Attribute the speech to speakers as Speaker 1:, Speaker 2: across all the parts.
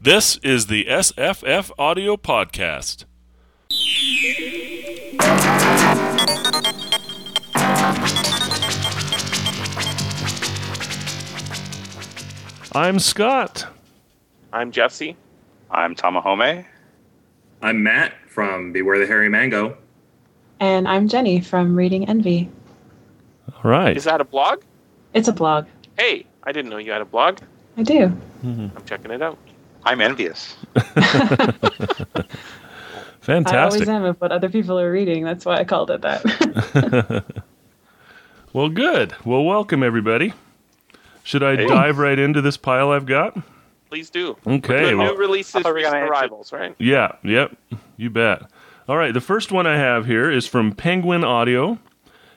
Speaker 1: This is the SFF Audio Podcast. I'm Scott.
Speaker 2: I'm Jeff C.
Speaker 3: I'm Tamahome.
Speaker 4: I'm Matt from Beware the Hairy Mango.
Speaker 5: And I'm Jenny from Reading Envy.
Speaker 1: All right.
Speaker 2: Is that a blog?
Speaker 5: It's a blog.
Speaker 2: Hey, I didn't know you had a blog.
Speaker 5: I do.
Speaker 2: I'm checking it out.
Speaker 3: I'm envious.
Speaker 5: I always
Speaker 1: Fantastic.
Speaker 5: am of what other people are reading. That's why I called it that.
Speaker 1: well, good. Well, welcome, everybody. Should I dive right into this pile I've got?
Speaker 2: Please do.
Speaker 1: Okay.
Speaker 2: the
Speaker 1: well-
Speaker 2: new releases,
Speaker 3: Are we gonna
Speaker 2: recent arrivals, right?
Speaker 1: Yeah, yep, you bet. All right, the first one I have here is from Penguin Audio.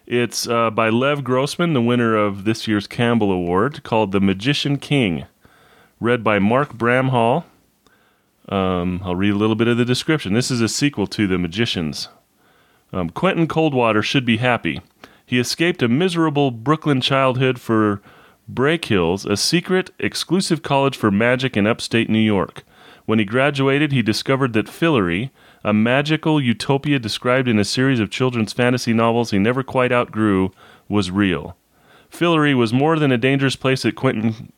Speaker 1: It's uh, by Lev Grossman, the winner of this year's Campbell Award, called The Magician King, read by Mark Bramhall. Um, I'll read a little bit of the description. This is a sequel to The Magicians. Um, Quentin Coldwater should be happy. He escaped a miserable Brooklyn childhood for Brake Hills, a secret, exclusive college for magic in upstate New York. When he graduated, he discovered that Fillory, a magical utopia described in a series of children's fantasy novels he never quite outgrew, was real. Fillory was more than a dangerous place that Quentin.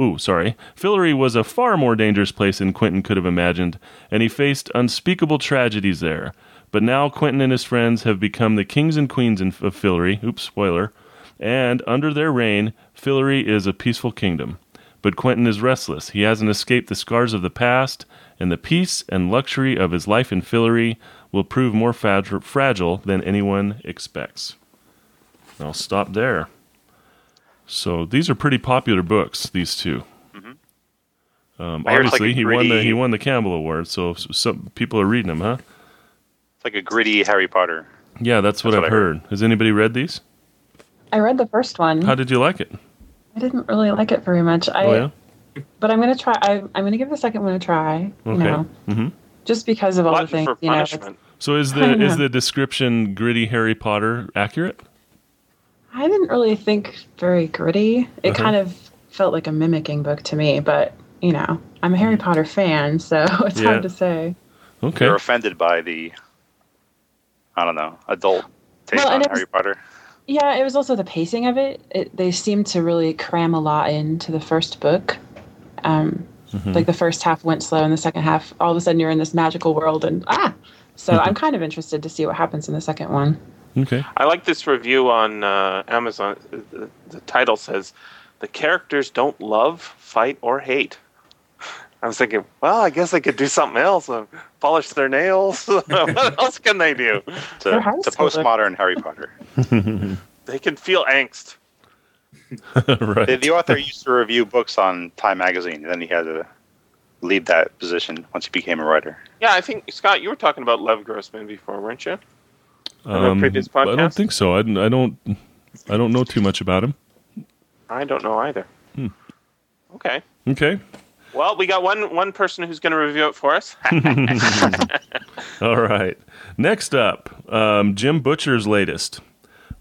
Speaker 1: Ooh, sorry. Fillory was a far more dangerous place than Quentin could have imagined, and he faced unspeakable tragedies there. But now Quentin and his friends have become the kings and queens in, of Fillory. Oops, spoiler. And under their reign, Fillory is a peaceful kingdom. But Quentin is restless. He hasn't escaped the scars of the past, and the peace and luxury of his life in Fillory will prove more frag- fragile than anyone expects. I'll stop there. So these are pretty popular books. These 2 Um,
Speaker 3: I hear it's Mm-hmm.
Speaker 1: obviously,
Speaker 3: like a
Speaker 1: he won the
Speaker 3: gritty-
Speaker 1: he won the Campbell Award, so s- some people are reading them, huh?
Speaker 3: It's like a gritty Harry Potter.
Speaker 1: Yeah, that's what
Speaker 3: That's what
Speaker 1: I've
Speaker 3: I
Speaker 1: heard.
Speaker 3: heard.
Speaker 1: Has anybody read these?
Speaker 5: I read the first one.
Speaker 1: How did you like it?
Speaker 5: I didn't really like it very much. I
Speaker 1: oh yeah,
Speaker 5: but I'm gonna try I am gonna give the second one a try. You
Speaker 1: okay.
Speaker 5: know.
Speaker 1: hmm
Speaker 5: Just because of all the
Speaker 2: Button
Speaker 5: things
Speaker 2: for
Speaker 5: you know. it's-
Speaker 2: punishment.
Speaker 1: So is
Speaker 5: I
Speaker 1: the
Speaker 5: don't
Speaker 1: is
Speaker 5: know.
Speaker 1: the description gritty Harry Potter accurate?
Speaker 5: I didn't really think very gritty. It
Speaker 1: Uh-huh.
Speaker 5: kind of felt like a mimicking book to me, but you know, I'm a Harry Potter fan, so it's
Speaker 1: Mm. Yeah.
Speaker 5: hard to say.
Speaker 1: Okay,
Speaker 3: You're offended by the, I don't know, adult take
Speaker 5: Well,
Speaker 3: on
Speaker 5: and it
Speaker 3: Harry
Speaker 5: was-
Speaker 3: Potter.
Speaker 5: Yeah, it was also the pacing of it. it they seemed to really cram a lot into the first book. Um,
Speaker 1: Mhm.
Speaker 5: Like the first half went slow, and the second half, all of a sudden, you're in this magical world, and ah! So
Speaker 1: Mm-hmm.
Speaker 5: I'm kind of interested to see what happens in the second one.
Speaker 1: okay.
Speaker 2: I like this review on uh, Amazon. The, the title says, "The characters don't love, fight, or hate." I was thinking, well, I guess they could do something else. uh, Polish their nails. what else can they do?
Speaker 3: It's a,
Speaker 5: They're high
Speaker 3: it's a
Speaker 5: schooler.
Speaker 3: postmodern Harry Potter.
Speaker 2: They can feel angst.
Speaker 1: right.
Speaker 3: The, the author used to review books on Time magazine. Then he had to leave that position once he became a writer.
Speaker 2: Yeah, I think Scott, you were talking about Lev Grossman before, weren't you? a
Speaker 1: Um,
Speaker 2: previous
Speaker 1: I don't
Speaker 2: podcast?
Speaker 1: think so. I, don't- I don't. I don't know too much about him.
Speaker 2: I don't know either.
Speaker 1: Hmm.
Speaker 2: Okay.
Speaker 1: Okay.
Speaker 2: Well, we got one one person who's going to review it for us.
Speaker 1: All right. Next up, um, Jim Butcher's latest,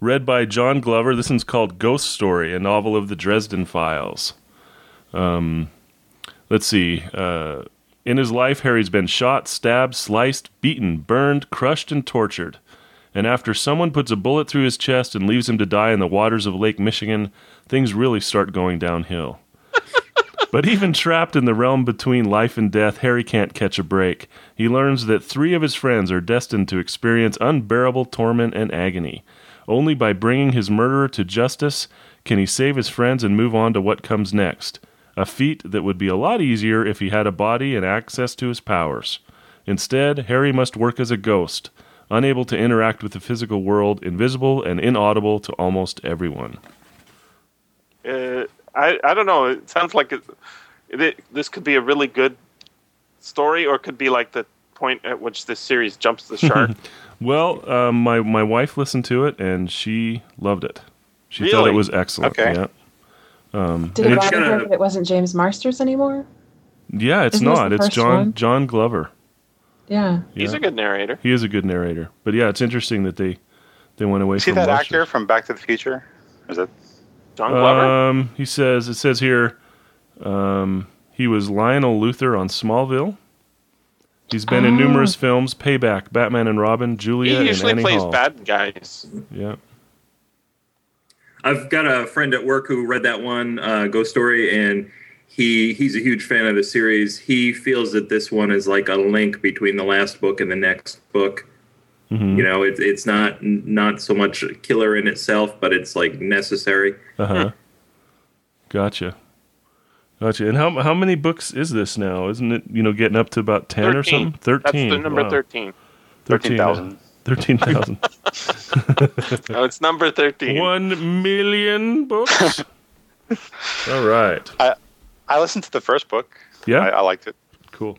Speaker 1: read by John Glover. This one's called Ghost Story, a novel of the Dresden Files. Um, let's see. Uh, in his life, Harry's been shot, stabbed, sliced, beaten, burned, crushed, and tortured. And after someone puts a bullet through his chest and leaves him to die in the waters of Lake Michigan, things really start going downhill. But even trapped in the realm between life and death, Harry can't catch a break. He learns that three of his friends are destined to experience unbearable torment and agony. Only by bringing his murderer to justice can he save his friends and move on to what comes next. A feat that would be a lot easier if he had a body and access to his powers. Instead, Harry must work as a ghost, unable to interact with the physical world, invisible and inaudible to almost everyone.
Speaker 2: uh, I I don't know. It sounds like it, it, this could be a really good story, or it could be like the point at which this series jumps the shark.
Speaker 1: Well, um, my my wife listened to it and she loved it. She thought it
Speaker 2: Really?
Speaker 1: was excellent.
Speaker 3: Okay.
Speaker 1: Yeah,
Speaker 5: Did
Speaker 1: Mm-hmm. And
Speaker 5: it
Speaker 1: it's
Speaker 5: bother her
Speaker 4: gonna-
Speaker 5: that it wasn't James Marsters anymore?
Speaker 1: yeah it's
Speaker 5: Isn't this
Speaker 1: not.
Speaker 5: the
Speaker 1: It's
Speaker 5: first
Speaker 1: John
Speaker 5: one?
Speaker 1: John Glover.
Speaker 5: Yeah.
Speaker 2: He's
Speaker 1: Yeah.
Speaker 2: a good narrator.
Speaker 1: He is a good narrator. But yeah, it's interesting that they they went away
Speaker 3: See
Speaker 1: from
Speaker 3: that
Speaker 1: Marshall.
Speaker 3: actor from Back to the Future? Is it?
Speaker 1: Uh,
Speaker 2: John Glover.
Speaker 1: Um, he says it says here. Um, He was Lionel Luther on Smallville. He's been in
Speaker 5: Ah.
Speaker 1: numerous films: Payback, Batman and Robin, Julia,
Speaker 2: he
Speaker 1: and
Speaker 2: usually
Speaker 1: Annie
Speaker 2: plays
Speaker 1: Hall.
Speaker 2: bad guys.
Speaker 1: Yeah.
Speaker 4: I've got a friend at work who read that one uh, ghost story, and he he's a huge fan of the series. He feels that this one is like a link between the last book and the next book.
Speaker 1: Mhm.
Speaker 4: You know, it, it's not not so much a killer in itself, but it's like necessary.
Speaker 1: Uh huh. Gotcha. Gotcha. And how how many books is this now? Isn't it you know getting up to about ten or
Speaker 2: 13.
Speaker 1: something? Thirteen.
Speaker 2: That's the number
Speaker 1: Wow.
Speaker 2: 13.
Speaker 3: 13,000.
Speaker 1: Thirteen thousand.
Speaker 2: No, it's number 13.
Speaker 1: One million books. All right.
Speaker 3: I listened to the first book. I,
Speaker 1: Yeah.
Speaker 3: I liked it.
Speaker 1: Cool.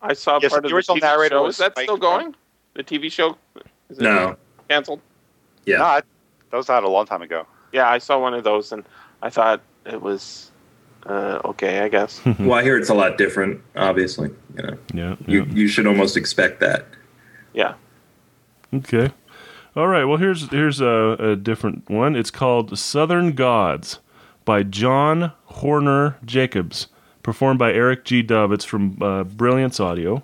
Speaker 2: I saw
Speaker 3: Yes,
Speaker 2: part
Speaker 3: the
Speaker 2: of the
Speaker 3: original
Speaker 2: TV
Speaker 3: narrator
Speaker 2: show.
Speaker 3: was
Speaker 2: Is that
Speaker 3: Mike
Speaker 2: still going? The TV show? Is it
Speaker 4: No,
Speaker 2: Canceled?
Speaker 4: yeah,
Speaker 3: No, I, that was out a long time ago.
Speaker 2: Yeah, I saw one of those and I thought it was uh, okay, I guess.
Speaker 1: Hmm.
Speaker 4: well, I hear it's a lot different. Obviously, you know,
Speaker 1: Yeah. yeah.
Speaker 4: you you should almost expect that.
Speaker 2: yeah.
Speaker 1: Okay. All right. Well, here's here's a, a different one. It's called Southern Gods by John Horner Jacobs, performed by Eric G. Dove. It's from uh, Brilliance Audio.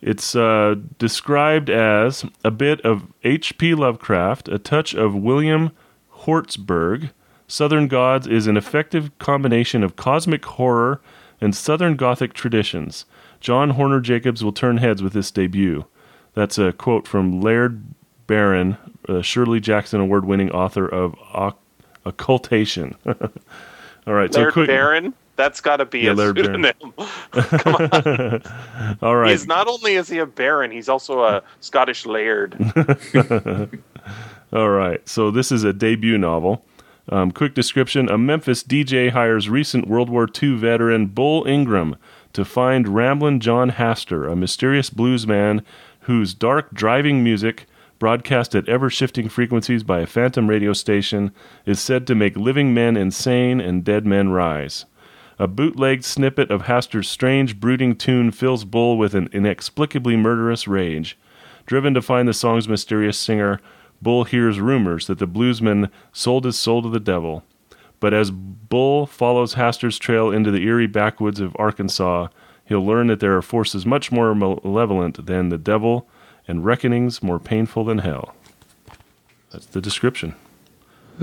Speaker 1: It's uh, described as a bit of H.P. Lovecraft, a touch of William Hortzberg. Southern Gods is an effective combination of cosmic horror and Southern Gothic traditions. John Horner Jacobs will turn heads with this debut. That's a quote from Laird Barron, a Shirley Jackson Award winning author of Occ- Occultation. All right, so
Speaker 2: Laird
Speaker 1: quick.
Speaker 2: Barron? That's got to be
Speaker 1: Yeah,
Speaker 2: a
Speaker 1: Laird Barron.
Speaker 2: pseudonym. Come on.
Speaker 1: All right.
Speaker 2: He's not only is he a baron, he's also a Scottish laird.
Speaker 1: Hmm. All right. So this is a debut novel. Um, quick description: A Memphis DJ hires recent World War II veteran Bull Ingram to find Ramblin' John Haster, a mysterious blues man whose dark driving music, broadcast at ever-shifting frequencies by a phantom radio station, is said to make living men insane and dead men rise. A bootlegged snippet of Haster's strange, brooding tune fills Bull with an inexplicably murderous rage. Driven to find the song's mysterious singer, Bull hears rumors that the bluesman sold his soul to the devil. But as Bull follows Haster's trail into the eerie backwoods of Arkansas, he'll learn that there are forces much more malevolent than the devil and reckonings more painful than hell. That's the description.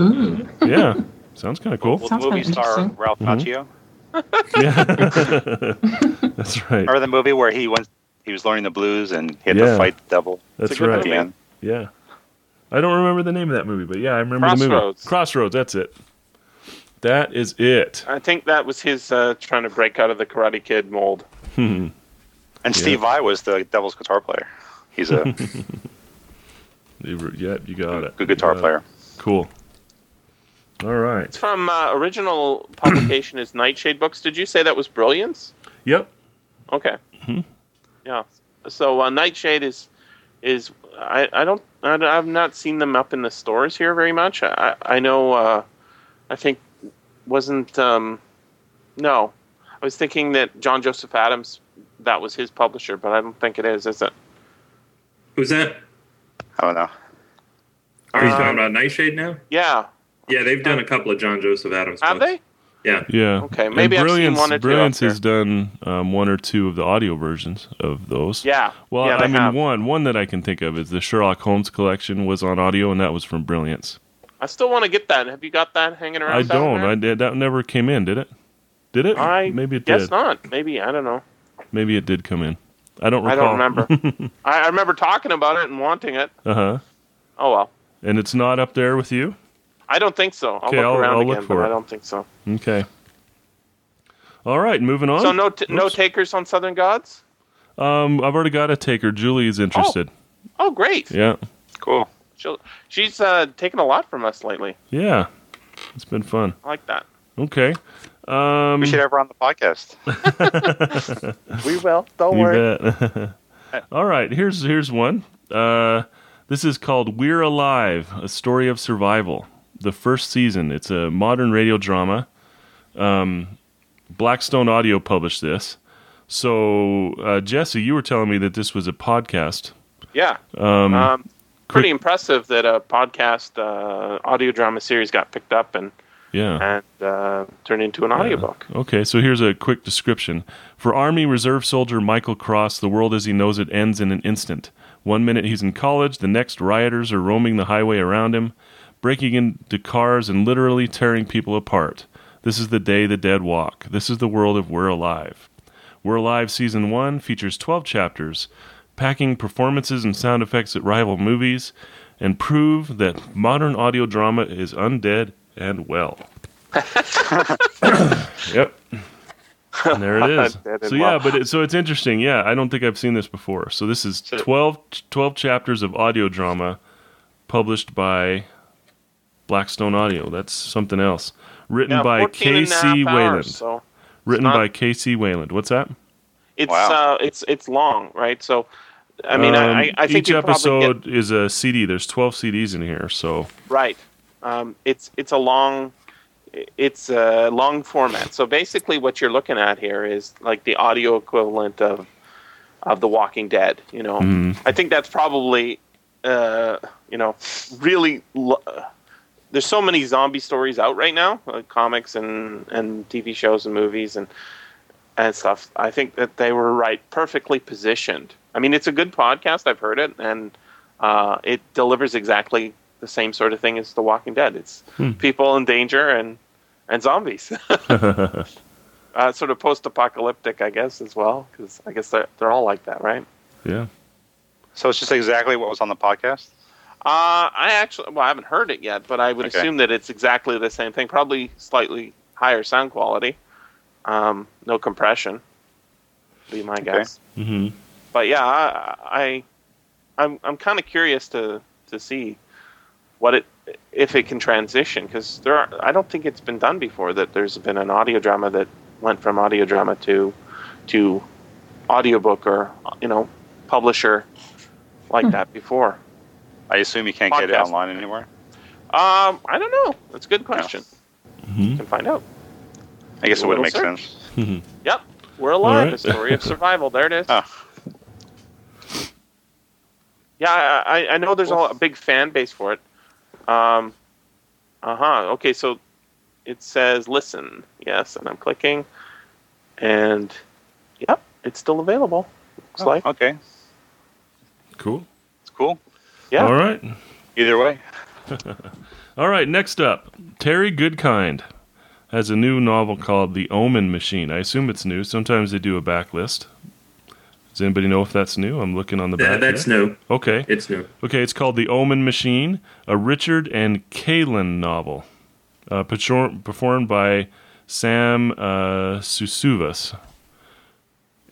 Speaker 5: Ooh.
Speaker 1: Yeah, sounds kind of cool.
Speaker 3: Will the
Speaker 5: Sounds
Speaker 3: movie
Speaker 5: kinda
Speaker 3: star
Speaker 5: interesting.
Speaker 3: Ralph
Speaker 1: Mhm.
Speaker 3: Macchio?
Speaker 1: Yeah. That's right.
Speaker 3: Remember the movie where he went? He was learning the blues and he had
Speaker 1: Yeah.
Speaker 3: to fight the devil
Speaker 1: That's
Speaker 2: good
Speaker 1: right.
Speaker 3: at the end.
Speaker 1: Yeah. I don't remember the name of that movie, but yeah, I remember the movie.
Speaker 2: Crossroads.
Speaker 1: Crossroads, that's it. That is it.
Speaker 2: I think that was his uh, trying to break out of the Karate Kid mold.
Speaker 1: Hmm.
Speaker 3: And Steve Vai was the devil's guitar player. He's a
Speaker 1: Yep, you got it.
Speaker 3: good guitar
Speaker 1: You got it.
Speaker 3: player.
Speaker 1: Cool. All right.
Speaker 2: It's from uh, original publication is Nightshade Books. Did you say that was Brilliance?
Speaker 1: Yep.
Speaker 2: Okay.
Speaker 1: Mhm.
Speaker 2: Yeah. So uh, Nightshade is is I, I don't I, don't- I've not seen them up in the stores here very much. I I know uh, I think wasn't um, no I was thinking that John Joseph Adams that was his publisher, but I don't think it is. Is it?
Speaker 4: Who's that?
Speaker 3: I don't know.
Speaker 4: Are you
Speaker 2: Um,
Speaker 4: talking about Nightshade now?
Speaker 2: Yeah.
Speaker 4: Yeah, they've done a couple of John Joseph Adams.
Speaker 2: Have
Speaker 4: books.
Speaker 2: they?
Speaker 4: Yeah.
Speaker 1: Yeah.
Speaker 2: Okay,
Speaker 1: And
Speaker 2: maybe I've seen
Speaker 1: Brilliance,
Speaker 2: one or two out
Speaker 1: Brilliance
Speaker 2: there.
Speaker 1: has done um, one or two of the audio versions of those.
Speaker 2: Yeah.
Speaker 1: Well,
Speaker 2: yeah,
Speaker 1: I
Speaker 2: they
Speaker 1: mean,
Speaker 2: have.
Speaker 1: one one that I can think of is the Sherlock Holmes collection was on audio, and that was from Brilliance.
Speaker 2: I still want to get that. Have you got that hanging around?
Speaker 1: I don't.
Speaker 2: down
Speaker 1: I did, that never came in, did it? Did it?
Speaker 2: there? I
Speaker 1: Maybe it
Speaker 2: guess
Speaker 1: did.
Speaker 2: not. Maybe I don't know.
Speaker 1: Maybe it did come in. I don't
Speaker 2: I
Speaker 1: recall.
Speaker 2: don't remember. I, I remember talking about it and wanting it.
Speaker 1: Uh huh.
Speaker 2: Oh well,
Speaker 1: And it's not up there with you.
Speaker 2: I don't think so. I'll
Speaker 1: Okay,
Speaker 2: look
Speaker 1: I'll-
Speaker 2: around
Speaker 1: I'll
Speaker 2: again,
Speaker 1: look for
Speaker 2: but
Speaker 1: it.
Speaker 2: I don't think so.
Speaker 1: Okay. All right, moving on.
Speaker 2: So no, t- no
Speaker 1: Oops.
Speaker 2: takers on Southern Gods.
Speaker 1: um, I've already got a taker. Julie's interested.
Speaker 2: Oh great,
Speaker 1: Yeah.
Speaker 3: Cool.
Speaker 2: She'll, she's uh, taken a lot from us lately.
Speaker 1: Yeah. It's been fun.
Speaker 2: I like that.
Speaker 1: Okay. Um,
Speaker 3: We should have her on the podcast.
Speaker 2: We will. Don't
Speaker 1: you
Speaker 2: worry.
Speaker 1: bet. All right, here's here's one. Uh, this is called "We're Alive: A Story of Survival." The first season. It's a modern radio drama. Um, Blackstone Audio published this. So uh, Jesse, you were telling me that this was a podcast.
Speaker 2: Yeah.
Speaker 1: Um,
Speaker 2: Um, pretty
Speaker 1: quick-
Speaker 2: impressive that a podcast uh, audio drama series got picked up and
Speaker 1: Yeah.
Speaker 2: and uh, turn into an audiobook.
Speaker 1: Okay, so here's a quick description. For Army Reserve soldier Michael Cross, the world as he knows it ends in an instant. One minute he's in college, the next rioters are roaming the highway around him, breaking into cars and literally tearing people apart. This is the day the dead walk. This is the world of We're Alive. We're Alive Season 1 features 12 chapters, packing performances and sound effects that rival movies, and prove that modern audio drama is undead and well. yep. And there it is.
Speaker 2: Undead and
Speaker 1: so yeah,
Speaker 2: well.
Speaker 1: but it, so it's interesting. Yeah, I don't think I've seen this before. So this is 12, 12 chapters of audio drama published by Blackstone Audio. That's something else. Written
Speaker 2: Yeah,
Speaker 1: by
Speaker 2: 14 and a half
Speaker 1: K.C.
Speaker 2: hours,
Speaker 1: Wayland.
Speaker 2: so
Speaker 1: Written
Speaker 2: not-
Speaker 1: by K.C. Wayland. What's that?
Speaker 2: it's
Speaker 3: Wow.
Speaker 2: uh, it's it's long, right? So, I mean, I I, I think
Speaker 1: Um, each
Speaker 2: you probably get-
Speaker 1: episode is a CD. There's 12 CDs in here, so
Speaker 2: Right. Um, it's it's a long it's a long format. So basically, what you're looking at here is like the audio equivalent of of The Walking Dead. You know,
Speaker 1: mm-hmm.
Speaker 2: I think that's probably uh, you know really. Lo- there's so many zombie stories out right now, like comics and and TV shows and movies and and stuff. I think that they were right, perfectly positioned. I mean, it's a good podcast. I've heard it, and uh, it delivers exactly the same sort of thing as The Walking Dead. It's people in danger and and zombies. uh, sort of post-apocalyptic, I guess, as well, because I guess they're they're all like that, right?
Speaker 1: yeah.
Speaker 3: So it's just exactly what was on the podcast.
Speaker 2: Uh, I actually, well, I haven't heard it yet, but I would
Speaker 3: Okay.
Speaker 2: assume that it's exactly the same thing. Probably slightly higher sound quality, um, no compression. Be my guess.
Speaker 1: hmm
Speaker 2: but yeah, I, I I'm I'm kind of curious to to see what it if it can transition because there are, I don't think it's been done before that there's been an audio drama that went from audio drama to to audiobook or you know publisher like that before.
Speaker 3: I assume you can't get it
Speaker 2: Podcast.
Speaker 3: online anywhere.
Speaker 2: Um, I don't know. That's a good question.
Speaker 1: Mm-hmm.
Speaker 2: You can find out.
Speaker 3: I guess it would
Speaker 2: Little
Speaker 3: make
Speaker 2: search.
Speaker 3: sense.
Speaker 2: Yep, we're alive.
Speaker 1: right.
Speaker 2: A story of survival. There it is.
Speaker 3: Oh.
Speaker 2: Yeah, I, I- I know there's all a big fan base for it. Um, uh huh. Okay, so it says listen. Yes, and I'm clicking, and yep, it's still available. Looks like
Speaker 3: Okay,
Speaker 1: Cool.
Speaker 3: it's cool.
Speaker 2: yeah.
Speaker 1: All right.
Speaker 3: Either way,
Speaker 1: All right, next up, Terry Goodkind has a new novel called The Omen Machine. I assume it's new. Sometimes they do a backlist. Does anybody know if that's new? I'm looking on the back.
Speaker 4: That, that's
Speaker 1: here.
Speaker 4: new.
Speaker 1: Okay.
Speaker 4: It's new.
Speaker 1: Okay, it's called The Omen Machine, a Richard and Kalin novel, uh, perform- performed by Sam uh, Susuvas.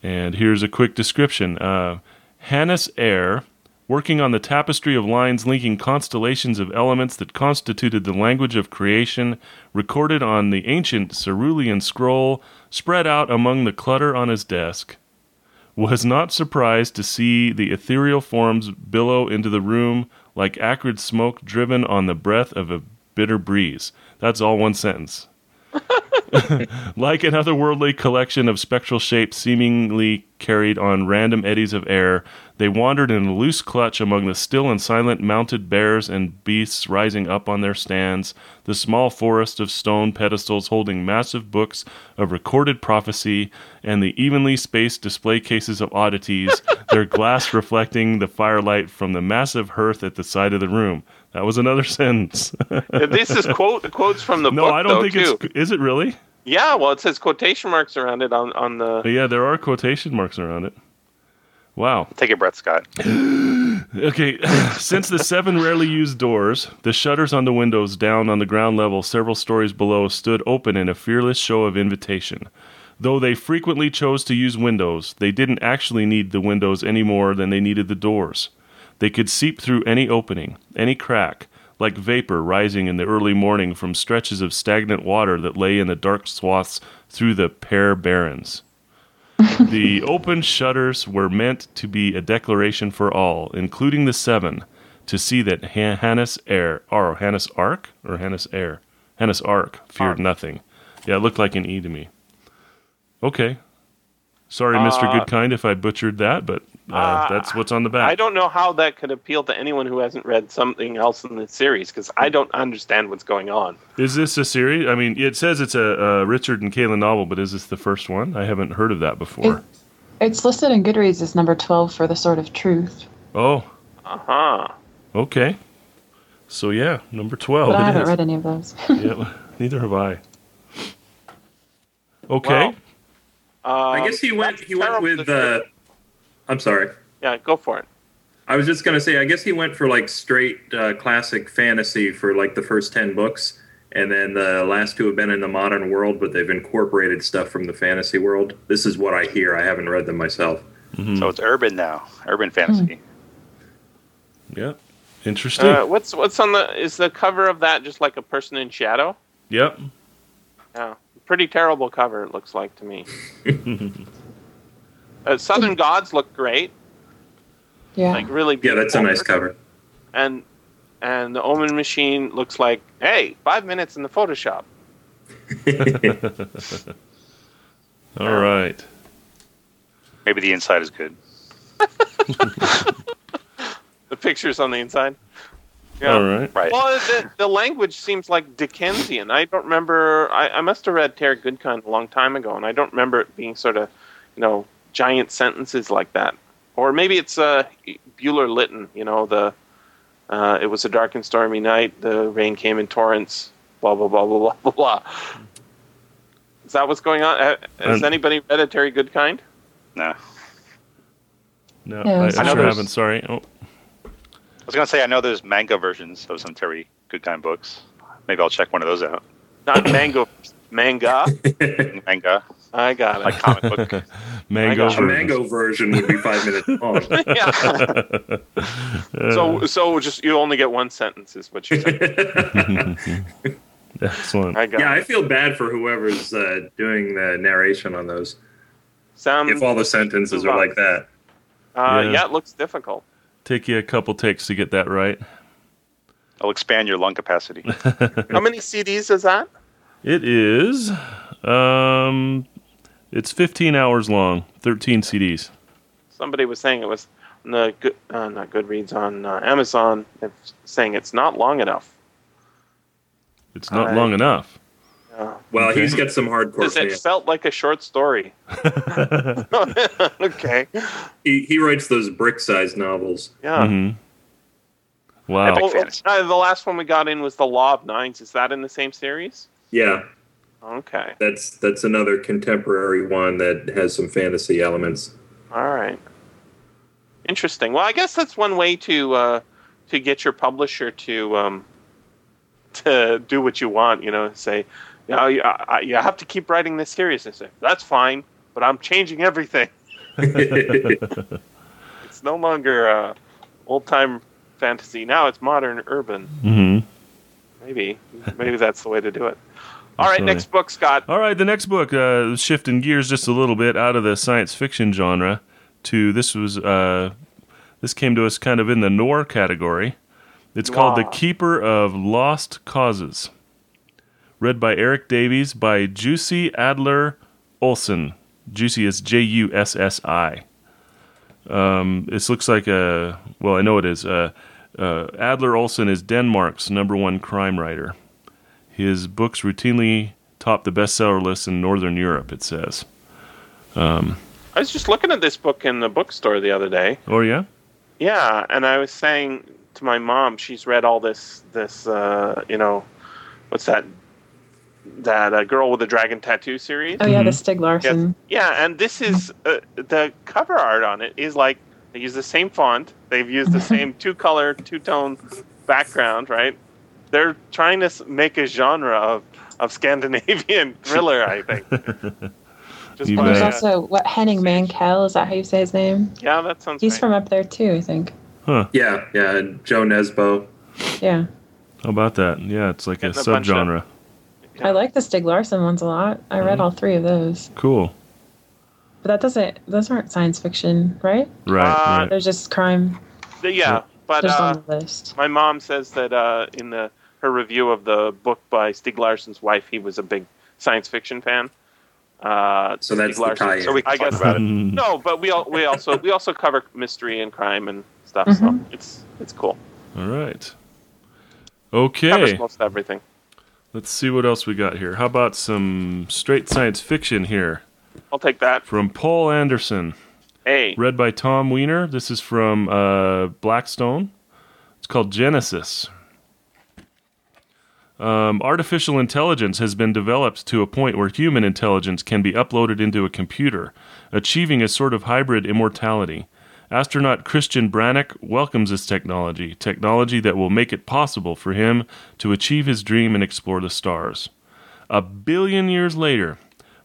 Speaker 1: And here's a quick description uh, Hannes Eyre, working on the tapestry of lines linking constellations of elements that constituted the language of creation, recorded on the ancient cerulean scroll spread out among the clutter on his desk was not surprised to see the ethereal forms billow into the room like acrid smoke driven on the breath of a bitter breeze. That's all one sentence. like an otherworldly collection of spectral shapes seemingly carried on random eddies of air, they wandered in a loose clutch among the still and silent mounted bears and beasts rising up on their stands, the small forest of stone pedestals holding massive books of recorded prophecy, and the evenly spaced display cases of oddities, their glass reflecting the firelight from the massive hearth at the side of the room. That was another sentence.
Speaker 2: this is quote quotes from the
Speaker 1: Oh. no,
Speaker 2: book.
Speaker 1: I don't
Speaker 2: though,
Speaker 1: think
Speaker 2: too.
Speaker 1: it's. Is it really?
Speaker 2: Yeah, well, it says quotation marks around it on on the.
Speaker 1: Yeah, there are quotation marks around it. Wow.
Speaker 3: take a breath, Scott.
Speaker 1: Okay, since the seven rarely used doors, the shutters on the windows down on the ground level several stories below stood open in a fearless show of invitation. Though they frequently chose to use windows, they didn't actually need the windows any more than they needed the doors. They could seep through any opening, any crack, like vapor rising in the early morning from stretches of stagnant water that lay in the dark swaths through the pear barrens. The open shutters were meant to be a declaration for all, including the seven, to see that Han- Hannes Air, or Hannes Ark, or Hannes Air, Hannes Ark feared nothing. Yeah, it looked like an E to me. Okay. Sorry, Mr.
Speaker 2: Uh,
Speaker 1: Goodkind, if I butchered that, but Uh,
Speaker 2: Uh,
Speaker 1: that's what's on the back.
Speaker 2: I don't know how that could appeal to anyone who hasn't read something else in the series because I don't understand what's going on.
Speaker 1: Is this a series? I mean, it says it's a, a Richard and Kayla novel, but is this the first one? I haven't heard of that before.
Speaker 5: It's, it's listed in Goodreads as number 12 for The Sword of Truth,
Speaker 1: oh,
Speaker 2: Uh huh.
Speaker 1: okay. So yeah, number twelve.
Speaker 5: but I
Speaker 1: Oh, it
Speaker 5: haven't
Speaker 1: is.
Speaker 5: read any of those.
Speaker 1: yeah, neither have I. Okay.
Speaker 2: Well, Um,
Speaker 4: I guess he went. He went with. Uh, I'm sorry.
Speaker 2: yeah, go for it.
Speaker 4: I was just gonna say. I guess he went for like straight uh, classic fantasy for like the first ten books, and then the last two have been in the modern world, but they've incorporated stuff from the fantasy world. This is what I hear. I haven't read them myself.
Speaker 1: Mhm.
Speaker 3: Mm-hmm. So it's urban now, urban fantasy.
Speaker 1: yeah.
Speaker 4: Hmm.
Speaker 1: Interesting.
Speaker 2: Uh, what's what's on the? Is the cover of that just like a person in shadow?
Speaker 1: yep.
Speaker 2: Yeah, pretty terrible cover. It looks like to me. uh, Southern Gods look great.
Speaker 5: Yeah.
Speaker 2: Like really.
Speaker 4: Yeah,
Speaker 2: Beautiful
Speaker 4: that's a nice cover.
Speaker 2: And and the Omen Machine looks like hey, five minutes in the Photoshop.
Speaker 1: All right.
Speaker 3: Maybe the inside is good.
Speaker 2: The pictures on the inside. Yeah.
Speaker 1: All right.
Speaker 3: Right.
Speaker 2: Well, the, the language seems like Dickensian. I don't remember. I, I must have read Terry Goodkind a long time ago, and I don't remember it being sort of, you know, giant sentences like that. Or maybe it's uh, Bueller Lytton. You know, the uh, it was a dark and stormy night. The rain came in torrents. Blah blah blah blah blah blah. blah. Is that what's going on? Uh, Has
Speaker 1: Um,
Speaker 2: anybody read a Terry Goodkind?
Speaker 3: no.
Speaker 1: No,
Speaker 5: Yeah,
Speaker 1: I, I
Speaker 5: it's- I know
Speaker 1: sure
Speaker 2: there's-
Speaker 1: haven't. Sorry. Oh,
Speaker 3: I was gonna say I know there's manga versions of some Terry Goodkind books. Maybe I'll check one of those out.
Speaker 2: Not mango, manga.
Speaker 3: Manga,
Speaker 2: I got it.
Speaker 3: like comic book.
Speaker 1: mango.
Speaker 2: got
Speaker 4: A mango version would be five minutes long.
Speaker 2: yeah.
Speaker 1: Uh,
Speaker 2: So, so just you only get one sentence is what you said.
Speaker 1: excellent.
Speaker 2: I got
Speaker 4: Yeah,
Speaker 2: it.
Speaker 4: I feel bad for whoever's uh, doing the narration on those.
Speaker 2: Sam.
Speaker 4: If all the sentences are like that.
Speaker 2: Uh,
Speaker 1: Yeah.
Speaker 2: yeah. it looks difficult.
Speaker 1: Take you a couple takes to get that right.
Speaker 3: I'll expand your lung capacity.
Speaker 2: How many CDs is that?
Speaker 1: It is. Um, it's 15 hours long, 13 CDs.
Speaker 2: Somebody was saying it was on the good, uh, not Goodreads on uh, Amazon, they're saying it's not long enough.
Speaker 1: It's not
Speaker 2: Alright.
Speaker 1: long enough.
Speaker 2: Uh,
Speaker 4: Well,
Speaker 1: Okay.
Speaker 4: he's got some hardcore
Speaker 2: because it
Speaker 4: fans.
Speaker 2: felt like a short story. okay.
Speaker 4: He, he writes those brick-sized novels.
Speaker 2: Yeah.
Speaker 1: Mhm. Wow.
Speaker 3: Epic.
Speaker 2: Oh, oh,
Speaker 3: fantasy.
Speaker 2: uh, the last one we got in was the Law of Nines. Is that in the same series?
Speaker 4: Yeah,
Speaker 2: Okay.
Speaker 4: that's that's another contemporary one that has some fantasy elements.
Speaker 2: All right. Interesting. Well, I guess that's one way to uh, to get your publisher to um, to do what you want. You know, say, you, know, you, I, I- you have to keep writing this series. They say that's fine, but I'm changing everything. It's no longer uh, old time fantasy. Now it's modern urban.
Speaker 1: Mhm.
Speaker 2: Maybe maybe that's the way to do it. All right,
Speaker 1: Absolutely.
Speaker 2: next book, Scott.
Speaker 1: All right, the next book, uh, shifting gears just a little bit out of the science fiction genre to this was uh, this came to us kind of in the noir category. It's called The
Speaker 2: Noir.
Speaker 1: Keeper of Lost Causes, read by Eric Davies by Juicy Adler Olson. Juicy is J U S S I. Um, this looks like a well, I know it is. Uh, uh, Adler Olson is Denmark's number one crime writer. His books routinely top the bestseller list in Northern Europe, it says.
Speaker 2: I was just looking at this book in the bookstore the other day.
Speaker 1: Oh, yeah?
Speaker 2: Yeah, and I was saying to my mom, she's read all this this uh, you know, what's that that uh, girl with the dragon tattoo series?
Speaker 5: oh,
Speaker 1: Mm-hmm.
Speaker 5: yeah, the Stig Larson.
Speaker 2: Yeah, and this is uh, the cover art on it is like they use the same font, they've used the same two color, two tone background, right? They're trying to s- make a genre of of Scandinavian thriller, I think. Just
Speaker 1: You
Speaker 2: by,
Speaker 5: There's
Speaker 1: Yeah.
Speaker 2: uh,
Speaker 5: also, what, Henning Mankell? Is that how you say his name?
Speaker 2: yeah, that sounds.
Speaker 5: He's
Speaker 2: right.
Speaker 5: from up there, too, I think.
Speaker 4: Yeah, yeah, and Joe Nesbo.
Speaker 5: Yeah.
Speaker 1: How about that? Yeah, it's like a
Speaker 2: Getting a bunch of-
Speaker 1: subgenre.
Speaker 5: I like the Stig Larson ones a lot. I read all three of those.
Speaker 1: Cool.
Speaker 5: But that doesn't, those aren't science fiction, right?
Speaker 1: Right,
Speaker 2: Uh,
Speaker 1: right.
Speaker 5: They're just crime,
Speaker 2: yeah, but
Speaker 5: just
Speaker 2: uh,
Speaker 5: on the list.
Speaker 2: My mom says that uh, in the her review of the book by Stieg Larsson's wife, he was a big science fiction fan, Uh,
Speaker 4: So that's
Speaker 2: Stieg
Speaker 4: the
Speaker 2: Larsson.
Speaker 4: tie-in.
Speaker 3: So we can
Speaker 2: I
Speaker 3: talk
Speaker 2: guess-
Speaker 3: about it.
Speaker 2: No, but we all, we also we also cover mystery and crime and stuff. So it's it's cool.
Speaker 1: All right.
Speaker 2: Covers
Speaker 1: Okay.
Speaker 2: most everything.
Speaker 1: Let's see what else we got here. How about some straight science fiction here
Speaker 2: I'll take that.
Speaker 1: from Paul Anderson,
Speaker 2: Hey,
Speaker 1: read by Tom Weiner. This is from uh, Blackstone. It's called Genesis. Um, artificial intelligence has been developed to a point where human intelligence can be uploaded into a computer, achieving a sort of hybrid immortality. Astronaut Christian Brannock welcomes this technology, technology that will make it possible for him to achieve his dream and explore the stars. A billion years later,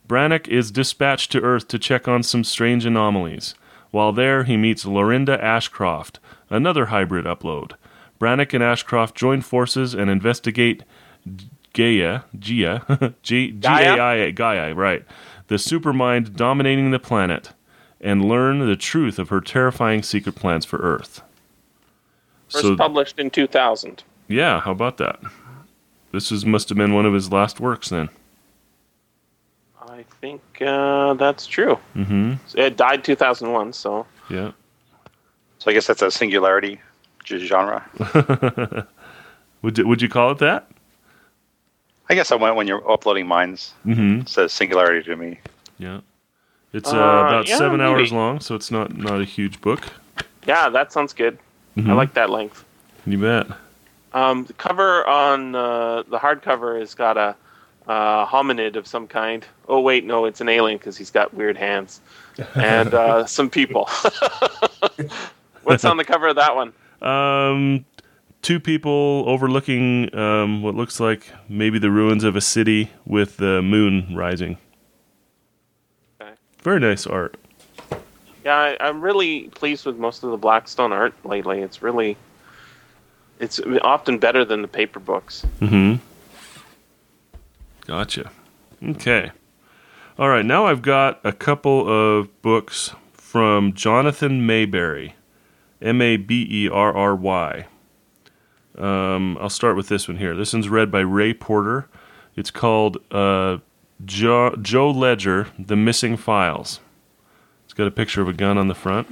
Speaker 1: Brannock is dispatched to Earth to check on some strange anomalies. While there, he meets Lorinda Ashcroft, another hybrid upload. Brannock and Ashcroft join forces and investigate Gaia, Gia, G G A I A, Gaia, right? The supermind dominating the planet, and learn the truth of her terrifying secret plans for Earth.
Speaker 2: first
Speaker 1: so,
Speaker 2: published in 2000.
Speaker 1: yeah, how about that? This is must have been one of his last works then.
Speaker 2: I think uh, that's true.
Speaker 1: Mm-hmm.
Speaker 2: It died 2001, so
Speaker 1: Yeah.
Speaker 3: So I guess that's a singularity g- genre.
Speaker 1: Would you, would you call it that?
Speaker 3: I guess I went when you're uploading mines.
Speaker 1: Mm-hmm.
Speaker 3: It says singularity to me.
Speaker 1: Yeah. It's uh,
Speaker 2: Uh,
Speaker 1: about
Speaker 2: yeah,
Speaker 1: seven
Speaker 2: maybe.
Speaker 1: hours long, so it's not not a huge book.
Speaker 2: yeah, that sounds good. I
Speaker 1: Mhm.
Speaker 2: like that length.
Speaker 1: You bet.
Speaker 2: Um, the cover on uh, the hardcover has got a uh, hominid of some kind. Oh wait, no, it's an alien because he's got weird hands and uh, some people. What's on the cover of that one?
Speaker 1: Um, two people overlooking um, what looks like maybe the ruins of a city with the moon rising.
Speaker 2: Okay.
Speaker 1: Very nice art.
Speaker 2: Yeah, I, I'm really pleased with most of the Blackstone art lately. It's really, it's often better than the paper books.
Speaker 1: Mm-hmm. Gotcha. Okay. All right. Now I've got a couple of books from Jonathan Mayberry, M A B E R R Y. Um, I'll start with this one here. This one's read by Ray Porter. It's called uh, jo- Joe Ledger: The Missing Files. It's got a picture of a gun on the front.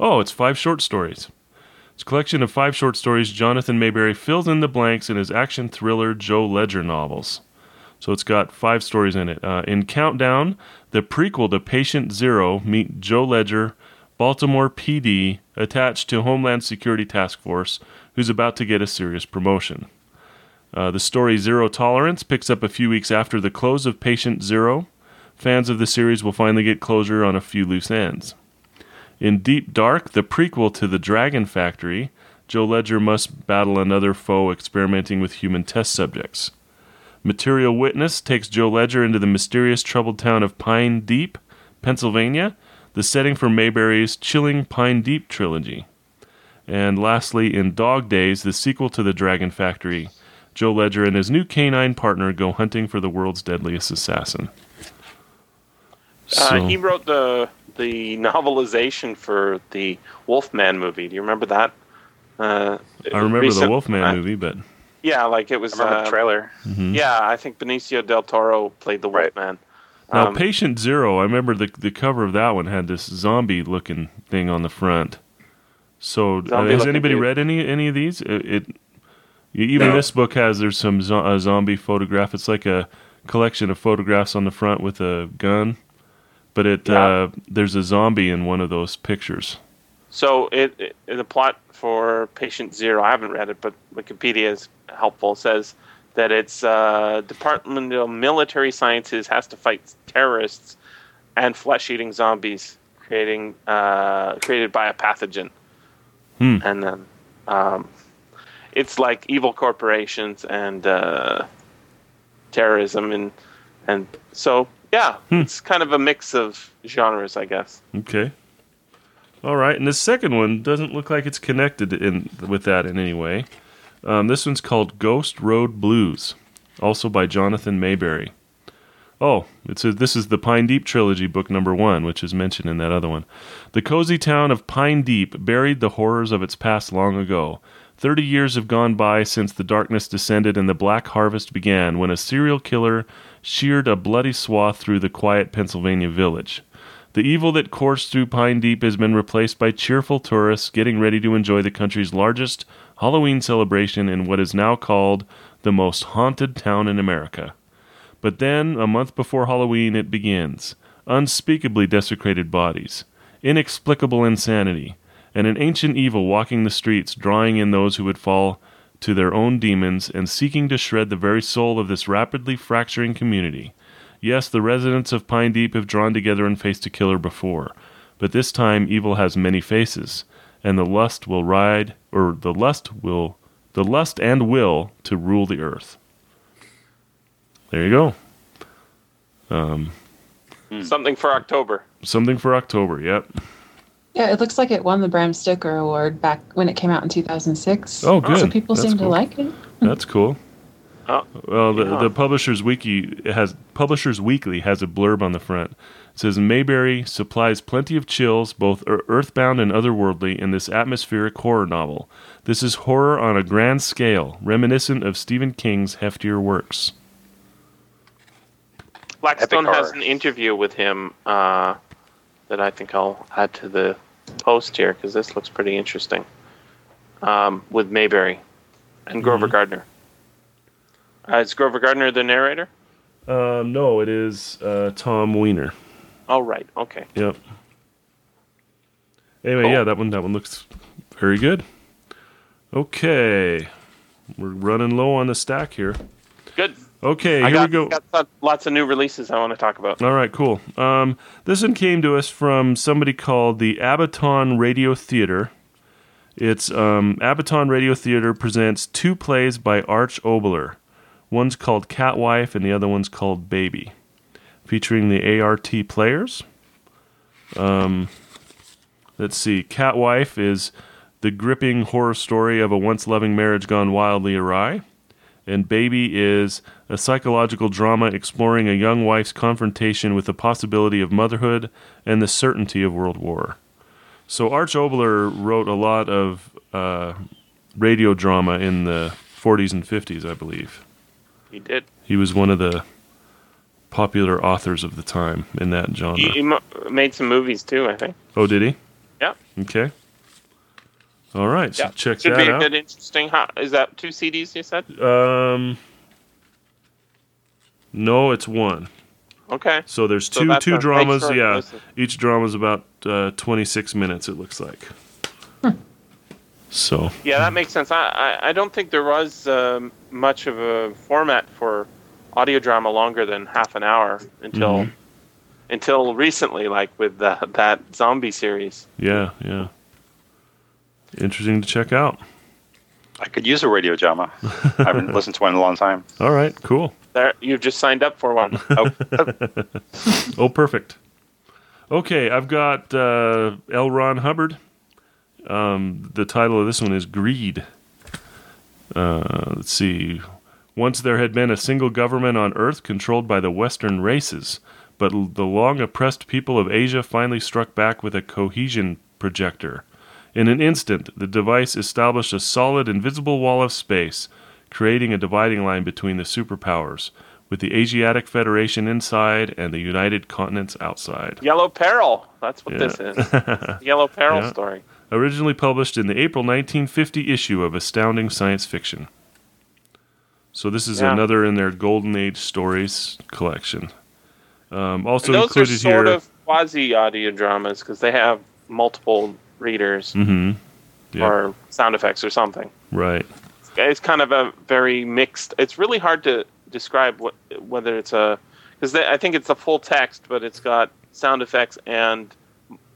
Speaker 1: Oh, it's five short stories. It's a collection of five short stories Jonathan Mayberry fills in the blanks in his action thriller Joe Ledger novels. So it's got five stories in it. Uh, in Countdown, the prequel to Patient Zero, meet Joe Ledger, Baltimore PD, attached to Homeland Security Task Force, who's about to get a serious promotion. Uh, the story Zero Tolerance picks up a few weeks after the close of Patient Zero. Fans of the series will finally get closure on a few loose ends. In Deep Dark, the prequel to The Dragon Factory, Joe Ledger must battle another foe experimenting with human test subjects. Material Witness takes Joe Ledger into the mysterious troubled town of Pine Deep, Pennsylvania, the setting for Mayberry's chilling Pine Deep trilogy. And lastly, in Dog Days, the sequel to The Dragon Factory, Joe Ledger and his new canine partner go hunting for the world's deadliest assassin.
Speaker 2: Uh,
Speaker 1: So-
Speaker 2: he wrote the the novelization for the Wolfman movie. Do you remember that? Uh,
Speaker 1: I remember the
Speaker 2: recent-
Speaker 1: Wolfman
Speaker 2: uh,
Speaker 1: movie, but
Speaker 2: Yeah, like it
Speaker 3: I
Speaker 2: was.
Speaker 3: remember
Speaker 2: uh,
Speaker 3: the trailer.
Speaker 2: Yeah, I think Benicio del Toro played the
Speaker 3: Right.
Speaker 2: Wolfman.
Speaker 1: Now,
Speaker 2: Um,
Speaker 1: Patient Zero, I remember the the cover of that one had this zombie looking thing on the front. So, uh, has
Speaker 2: Zombie-looking
Speaker 1: anybody
Speaker 2: dude.
Speaker 1: read any any of these? It, it e- even
Speaker 4: No.
Speaker 1: this book has there's some zo- a zombie photograph. It's like a collection of photographs on the front with a gun, but it uh, there's a zombie in one of those pictures.
Speaker 2: So it, it the plot for Patient Zero. I haven't read it, but Wikipedia is helpful. It says that it's uh, Department of Military Sciences has to fight terrorists and flesh-eating zombies creating uh, created by a pathogen,
Speaker 1: Hmm.
Speaker 2: and then um, it's like evil corporations and uh, terrorism and and so yeah, it's kind of a mix of genres, I guess.
Speaker 1: Okay. All right, and the second one doesn't look like it's connected in with that in any way. Um, this one's called Ghost Road Blues, also by Jonathan Mayberry. Oh, it says this is the Pine Deep trilogy, book number one, which is mentioned in that other one. The cozy town of Pine Deep buried the horrors of its past long ago. Thirty years have gone by since the darkness descended and the black harvest began when a serial killer sheared a bloody swath through the quiet Pennsylvania village. The evil that coursed through Pine Deep has been replaced by cheerful tourists getting ready to enjoy the country's largest Halloween celebration in what is now called the most haunted town in America. But then, a month before Halloween, it begins unspeakably desecrated bodies, inexplicable insanity, and an ancient evil walking the streets, drawing in those who would fall to their own demons and seeking to shred the very soul of this rapidly fracturing community. Yes, the residents of Pine Deep have drawn together and faced a killer before, but this time evil has many faces, and the lust will ride, or the lust will, the lust and will to rule the earth. There you go.
Speaker 2: Something for October.
Speaker 1: Something for October. Yep.
Speaker 5: Yeah, it looks like it won the Bram Stoker Award back when it came out in 2006.
Speaker 1: Oh, good.
Speaker 5: So people
Speaker 1: That's
Speaker 5: seem to
Speaker 1: cool.
Speaker 5: like it.
Speaker 1: That's cool.
Speaker 2: Oh,
Speaker 1: Well, the,
Speaker 2: Yeah.
Speaker 1: the Publishers Wiki has Publishers Weekly has a blurb on the front. It says Mayberry supplies plenty of chills, both ear- earthbound and otherworldly, in this atmospheric horror novel. This is horror on a grand scale, reminiscent of Stephen King's heftier works.
Speaker 2: Blackstone
Speaker 3: Epic
Speaker 2: has
Speaker 3: horror.
Speaker 2: an interview with him uh, that I think I'll add to the post here because this looks pretty interesting um, with Mayberry and Grover
Speaker 1: Mm-hmm.
Speaker 2: Gardner. Uh, is Grover Gardner the narrator?
Speaker 1: Uh, no, it is uh, Tom Weiner.
Speaker 2: Oh, right. Okay.
Speaker 1: Yep. Anyway,
Speaker 2: Cool.
Speaker 1: yeah, that one that one looks very good. Okay, we're running low on the stack here.
Speaker 2: Good.
Speaker 1: Okay,
Speaker 2: I
Speaker 1: here
Speaker 2: got,
Speaker 1: we go.
Speaker 2: got some- lots of new releases I want to talk about.
Speaker 1: All right, cool. Um, this one came to us from somebody called the Abaton Radio Theater. It's um, Abaton Radio Theater presents two plays by Arch Obler. One's called Catwife, and the other one's called Baby, featuring the ART players. Um, Let's see. Catwife is the gripping horror story of a once loving marriage gone wildly awry. And Baby is a psychological drama exploring a young wife's confrontation with the possibility of motherhood and the certainty of world war. So, Arch Obler wrote a lot of uh, radio drama in the 40s and 50s, I believe.
Speaker 2: He did.
Speaker 1: He was one of the popular authors of the time in that genre.
Speaker 2: He, he mo- made some movies too, I think.
Speaker 1: Oh, did he?
Speaker 2: Yeah.
Speaker 1: Okay. All right. So
Speaker 2: Yeah.
Speaker 1: check
Speaker 2: Should
Speaker 1: that
Speaker 2: be a
Speaker 1: out.
Speaker 2: good, interesting. Huh? Is that two CDs you said?
Speaker 1: um, no, it's one.
Speaker 2: Okay.
Speaker 1: So there's
Speaker 2: So
Speaker 1: two
Speaker 2: that's a-
Speaker 1: two
Speaker 2: make
Speaker 1: dramas.
Speaker 2: sure it
Speaker 1: yeah,
Speaker 2: goes-
Speaker 1: each drama's about uh, 26 minutes. It looks like. So
Speaker 2: Yeah, that makes sense. I, I, I don't think there was um, much of a format for audio drama longer than half an hour until
Speaker 1: Mhm.
Speaker 2: until recently, like with the, that zombie series.
Speaker 1: yeah, yeah. Interesting to check out.
Speaker 3: I could use a radio drama. I haven't listened to one in a long time.
Speaker 1: All right, cool.
Speaker 2: There, you've just signed up for one.
Speaker 3: Oh, oh,
Speaker 1: Oh, perfect. Okay, I've got uh, L. Ron Hubbard. Um, the title of this one is Greed. Uh, let's see. Once there had been a single government on Earth controlled by the Western races, but l- the long oppressed people of Asia finally struck back with a cohesion projector. In an instant, the device established a solid, invisible wall of space, creating a dividing line between the superpowers, with the Asiatic Federation inside and the United Continents outside.
Speaker 2: Yellow Peril. That's what
Speaker 1: Yeah.
Speaker 2: this is. It's the Yellow Peril
Speaker 1: Yeah.
Speaker 2: story.
Speaker 1: Originally published in the April 1950 issue of Astounding Science Fiction. So this is
Speaker 2: Yeah.
Speaker 1: another in their Golden Age stories collection. Um, also
Speaker 2: And those are
Speaker 1: included
Speaker 2: sort
Speaker 1: here.
Speaker 2: of quasi audio dramas because they have multiple readers
Speaker 1: Mhm. Yeah.
Speaker 2: or sound effects or something.
Speaker 1: Right.
Speaker 2: it's kind of a very mixed. It's really hard to describe what whether it's a because I think it's a full text, but it's got sound effects and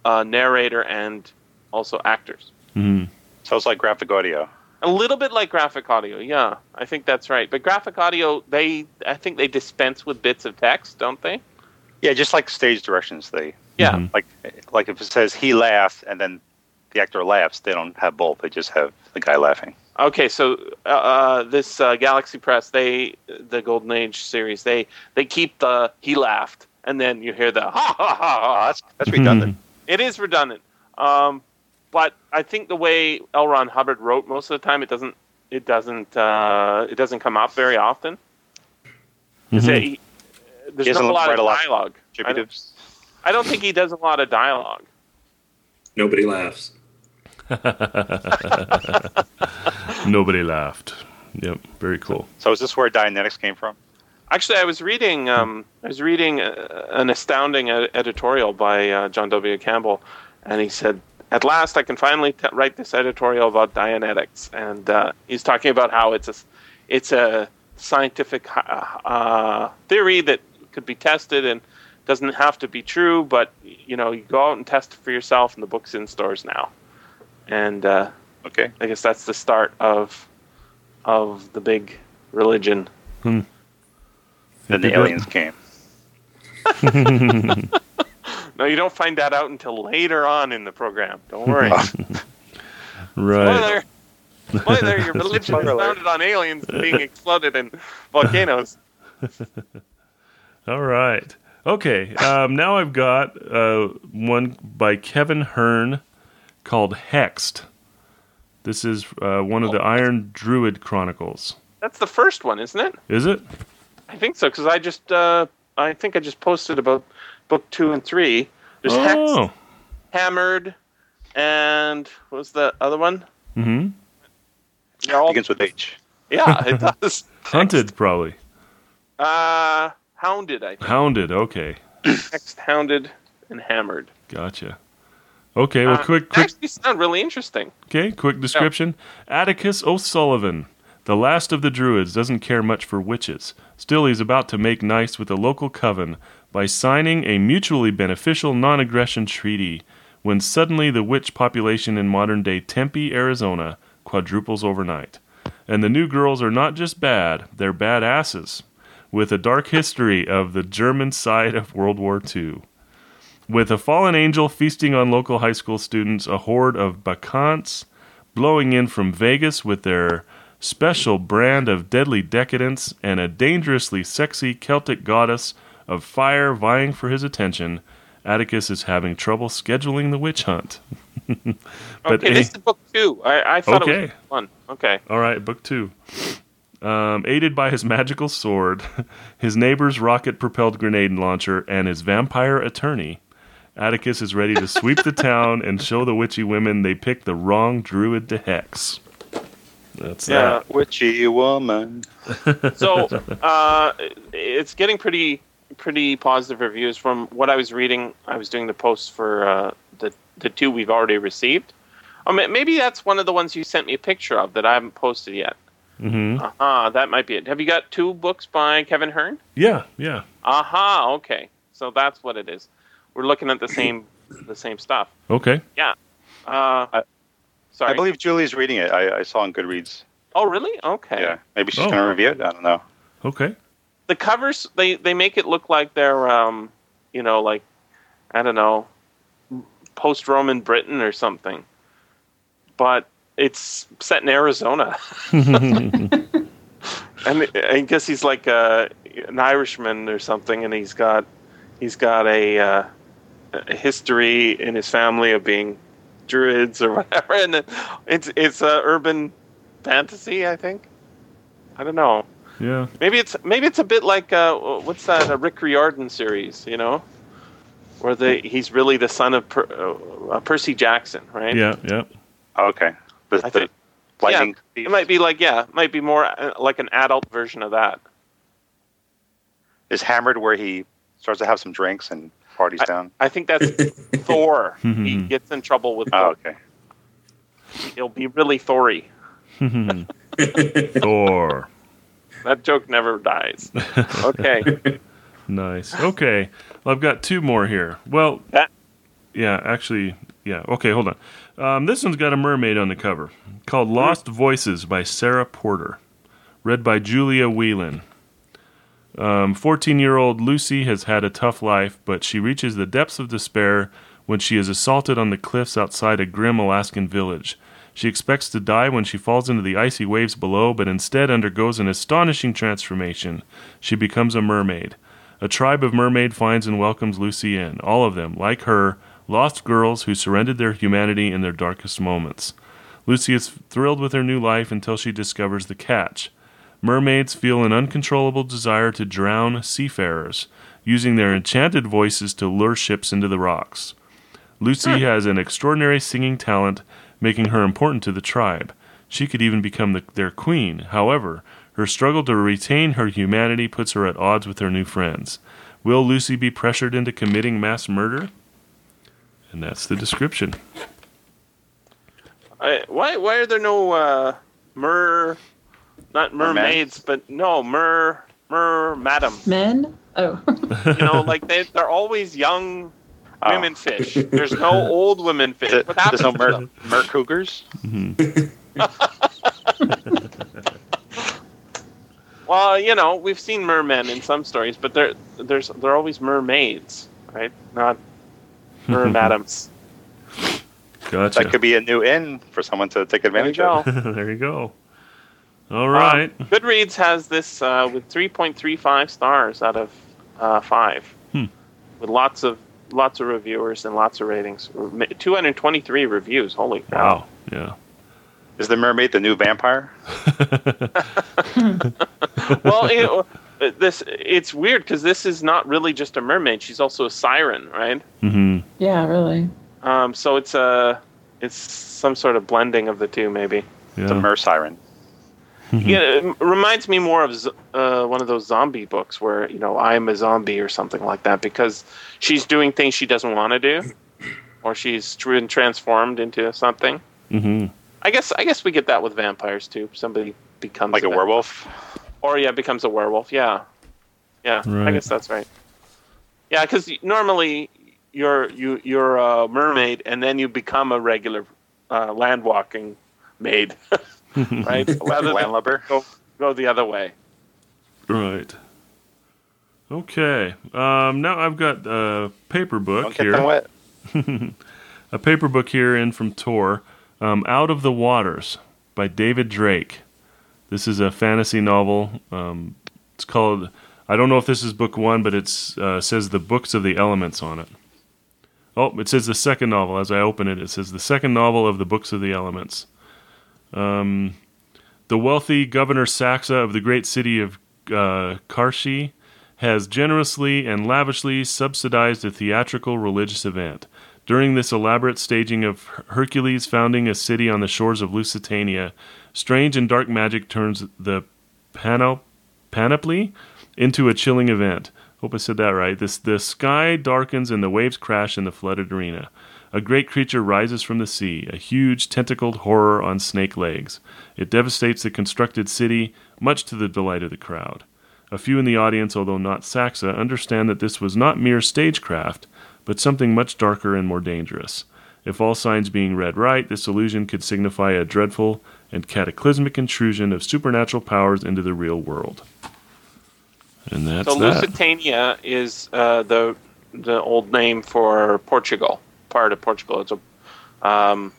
Speaker 2: uh, narrator and also actors.
Speaker 1: Mhm.
Speaker 3: so it's like graphic audio.
Speaker 2: A little bit like graphic audio, yeah, I think that's right. But graphic audio, they I think they dispense with bits of text, don't they?
Speaker 3: Yeah, just like stage directions. They
Speaker 2: Yeah,
Speaker 1: Mhm.
Speaker 3: like like if it says he laughed and then the actor laughs, they don't have both. They just have the guy laughing.
Speaker 2: Okay, so uh, uh, this uh, Galaxy Press, they the Golden Age series, they they keep the he laughed, and then you hear the ha ha ha ha.
Speaker 3: Oh, that's that's redundant.
Speaker 2: It is redundant, um, but I think the way L. Ron Hubbard wrote most of the time, it doesn't it doesn't uh, it doesn't come up very often. Is
Speaker 1: Mhm.
Speaker 2: it- uh, there's
Speaker 3: doesn't
Speaker 2: not a lot
Speaker 3: write
Speaker 2: of
Speaker 3: a lot.
Speaker 2: dialogue. I don't,
Speaker 3: Attributives.
Speaker 2: I don't think he does a lot of dialogue.
Speaker 4: Nobody laughs.
Speaker 1: Nobody laughed. Yep, very cool.
Speaker 3: So is this where Dianetics came from?
Speaker 2: Actually, I was reading um, I was reading uh, an astounding ed- editorial by uh, John W. Campbell, and he said, "At last, I can finally t- write this editorial about Dianetics." And uh, he's talking about how it's a s- it's a scientific h- uh, theory that could be tested and doesn't have to be true, but you know, you go out and test it for yourself, and the book's in stores now. And uh,
Speaker 3: Okay.
Speaker 2: I guess that's the start of of the big religion.
Speaker 3: Then the
Speaker 1: Think we
Speaker 3: aliens came.
Speaker 2: No, you don't find that out until later on in the program. Don't worry.
Speaker 1: Right.
Speaker 2: Spoiler! Spoiler! Your religion is founded on aliens being exploded in volcanoes.
Speaker 1: All right. Okay. Um, now I've got uh, one by Kevin Hearn called Hexed. This is uh, one of the Iron Druid Chronicles.
Speaker 2: That's the first one, isn't it?
Speaker 1: Is it?
Speaker 2: I think so, because I just, uh, I think I just posted about book two and three. There's Hex,
Speaker 1: oh.
Speaker 2: Hammered, and what was the other one?
Speaker 1: hmm
Speaker 2: They're all-
Speaker 3: Begins with H.
Speaker 2: yeah, it does.
Speaker 1: Hunted, probably.
Speaker 2: Uh, hounded, I think.
Speaker 1: Hounded. Okay.
Speaker 2: Hexed, hounded, and hammered.
Speaker 1: Gotcha. Okay. Well,
Speaker 2: Uh,
Speaker 1: quick,
Speaker 2: they
Speaker 1: quick.
Speaker 2: Actually, sound really interesting.
Speaker 1: Okay, quick description. Atticus O'Sullivan, the last of the Druids, doesn't care much for witches. Still, he's about to make nice with a local coven by signing a mutually beneficial non aggression treaty when suddenly the witch population in modern day Tempe, Arizona quadruples overnight. And the new girls are not just bad, they're bad asses, with a dark history of the German side of World War II. With a fallen angel feasting on local high school students, a horde of bacants blowing in from Vegas with their special brand of deadly decadence, and a dangerously sexy Celtic goddess of fire vying for his attention, Atticus is having trouble scheduling the witch hunt. but
Speaker 2: okay,
Speaker 1: eh,
Speaker 2: this is book two. I, I thought it was
Speaker 1: Okay.
Speaker 2: book one. Okay.
Speaker 1: all right, book two. Um, aided by his magical sword, his neighbor's rocket propelled grenade launcher, and his vampire attorney, Atticus is ready to sweep the town and show the witchy women they picked the wrong druid to hex. That's
Speaker 2: Yeah.
Speaker 1: that.
Speaker 3: Witchy woman.
Speaker 2: so uh, it's getting pretty pretty positive reviews from what I was reading. I was doing the posts for uh, the the two we've already received. I mean, maybe that's one of the ones you sent me a picture of that I haven't posted yet.
Speaker 1: hmm
Speaker 2: Aha, that might be it. Have you got two books by Kevin Hearn?
Speaker 1: Yeah, yeah.
Speaker 2: Aha, okay. So that's what it is. We're looking at the same the same stuff.
Speaker 1: Okay.
Speaker 2: Uh, sorry.
Speaker 3: I believe Julie's reading it. I, I saw on Goodreads.
Speaker 2: oh, really? Okay.
Speaker 3: Yeah. Maybe she's
Speaker 1: Oh.
Speaker 3: going to review it. I don't know.
Speaker 1: Okay.
Speaker 2: the covers they they make it look like they're um you know like i don't know post roman britain or something but it's set in arizona and i guess he's like uh an irishman or something and he's got he's got a uh a history in his family of being druids or whatever and it's it's uh, urban fantasy i think i don't know
Speaker 1: yeah.
Speaker 2: Maybe it's maybe it's a bit like uh, what's that a Rick Riordan series, you know, where the he's really the son of per, uh, Percy Jackson, right?
Speaker 1: Yeah, yeah.
Speaker 3: Oh, okay. The,
Speaker 2: I
Speaker 3: the
Speaker 2: think-
Speaker 3: lightning
Speaker 2: It
Speaker 3: thief.
Speaker 2: might be like yeah, it might be more uh, like an adult version of that.
Speaker 3: is hammered where he starts to have some drinks and parties down.
Speaker 2: I think that's Thor. He gets in trouble with
Speaker 3: Oh,
Speaker 2: Thor.
Speaker 3: okay.
Speaker 2: He'll be really Thory.
Speaker 1: Thor.
Speaker 2: That joke never dies. Okay.
Speaker 1: Nice. Okay. Well, I've got two more here. Well,
Speaker 2: That-
Speaker 1: yeah, actually, yeah. Okay, hold on. Um, this one's got a mermaid on the cover called Lost Voices by Sarah Porter, read by Julia Whelan. 14 year old Lucy has had a tough life, but she reaches the depths of despair when she is assaulted on the cliffs outside a grim Alaskan village. She expects to die when she falls into the icy waves below, but instead undergoes an astonishing transformation. She becomes a mermaid. A tribe of mermaid finds and welcomes Lucy in, all of them, like her, lost girls who surrendered their humanity in their darkest moments. Lucy is thrilled with her new life until she discovers the catch. mermaids feel an uncontrollable desire to drown seafarers, using their enchanted voices to lure ships into the rocks. Lucy has an extraordinary singing talent, making her important to the tribe. She could even become the, their queen. However, her struggle to retain her humanity puts her at odds with her new friends. Will Lucy be pressured into committing mass murder? And that's the description.
Speaker 2: I, why why are there no uh, mer, not mermaids, but no mer mer madam?
Speaker 5: Men? Oh.
Speaker 2: You know, like they they're always young
Speaker 3: Oh.
Speaker 2: women fish. There's no old women fish.
Speaker 3: Th-
Speaker 2: What happens
Speaker 3: There's
Speaker 2: to
Speaker 3: no mer,
Speaker 2: them?
Speaker 3: mer cougars.
Speaker 2: Well, you know, we've seen mermen in some stories, but they're there's they're always mermaids, right? Not mer madams.
Speaker 1: Gotcha.
Speaker 3: That could be a new in for someone to take
Speaker 2: There you
Speaker 3: advantage
Speaker 2: go.
Speaker 3: of.
Speaker 1: there you go. All right.
Speaker 2: Um, Goodreads has this uh, with 3.35 stars out of uh, five,
Speaker 1: Hmm.
Speaker 2: with lots of lots of reviewers and lots of ratings. Re- 223 reviews. Holy cow!
Speaker 1: wow. Yeah.
Speaker 3: Is the mermaid the new vampire?
Speaker 2: well, it, uh, this it's weird because this is not really just a mermaid. She's also a siren, right?
Speaker 1: hmm
Speaker 5: yeah, really.
Speaker 2: Um, so it's a it's some sort of blending of the two, maybe.
Speaker 3: The
Speaker 1: Yeah.
Speaker 3: mer siren. Mm-hmm.
Speaker 2: Yeah, it reminds me more of z- uh, one of those zombie books where you know I'm a zombie or something like that because she's doing things she doesn't want to do, or she's tr- been transformed into something.
Speaker 1: hmm
Speaker 2: I guess I guess we get that with vampires too. Somebody becomes
Speaker 3: Like a
Speaker 2: va-
Speaker 3: werewolf?
Speaker 2: or yeah, becomes a werewolf. Yeah, yeah. I
Speaker 1: Right.
Speaker 2: guess that's right. Yeah, because normally you're you you're a mermaid and then you become a regular uh, land walking maid, right? Rather than
Speaker 3: Landlubber?
Speaker 2: go go the other way.
Speaker 1: Right. Okay. Um, now I've got a paper book
Speaker 3: Don't get
Speaker 1: here.
Speaker 3: them wet.
Speaker 1: a paper book here in from Tor, um, Out of the Waters by David Drake. This is a fantasy novel. Um, it's called, I don't know if this is book one, but it uh, says The Books of the Elements on it. Oh, it says the second novel. As I open it, it says the second novel of The Books of the Elements. Um, the wealthy Governor Saxa of the great city of uh, Karshi has generously and lavishly subsidized a theatrical religious event. During this elaborate staging of Her- Hercules founding a city on the shores of Lusitania, strange and dark magic turns the pano- panoply into a chilling event. Hope I said that right. This, the sky darkens and the waves crash in the flooded arena. A great creature rises from the sea, a huge tentacled horror on snake legs. It devastates the constructed city, much to the delight of the crowd. A few in the audience, although not Saxa, understand that this was not mere stagecraft, but something much darker and more dangerous. If all signs being read right, this illusion could signify a dreadful and cataclysmic intrusion of supernatural powers into the real world. And that's
Speaker 2: So
Speaker 1: that.
Speaker 2: Lusitania is uh, the the old name for Portugal, part of Portugal. It's a um,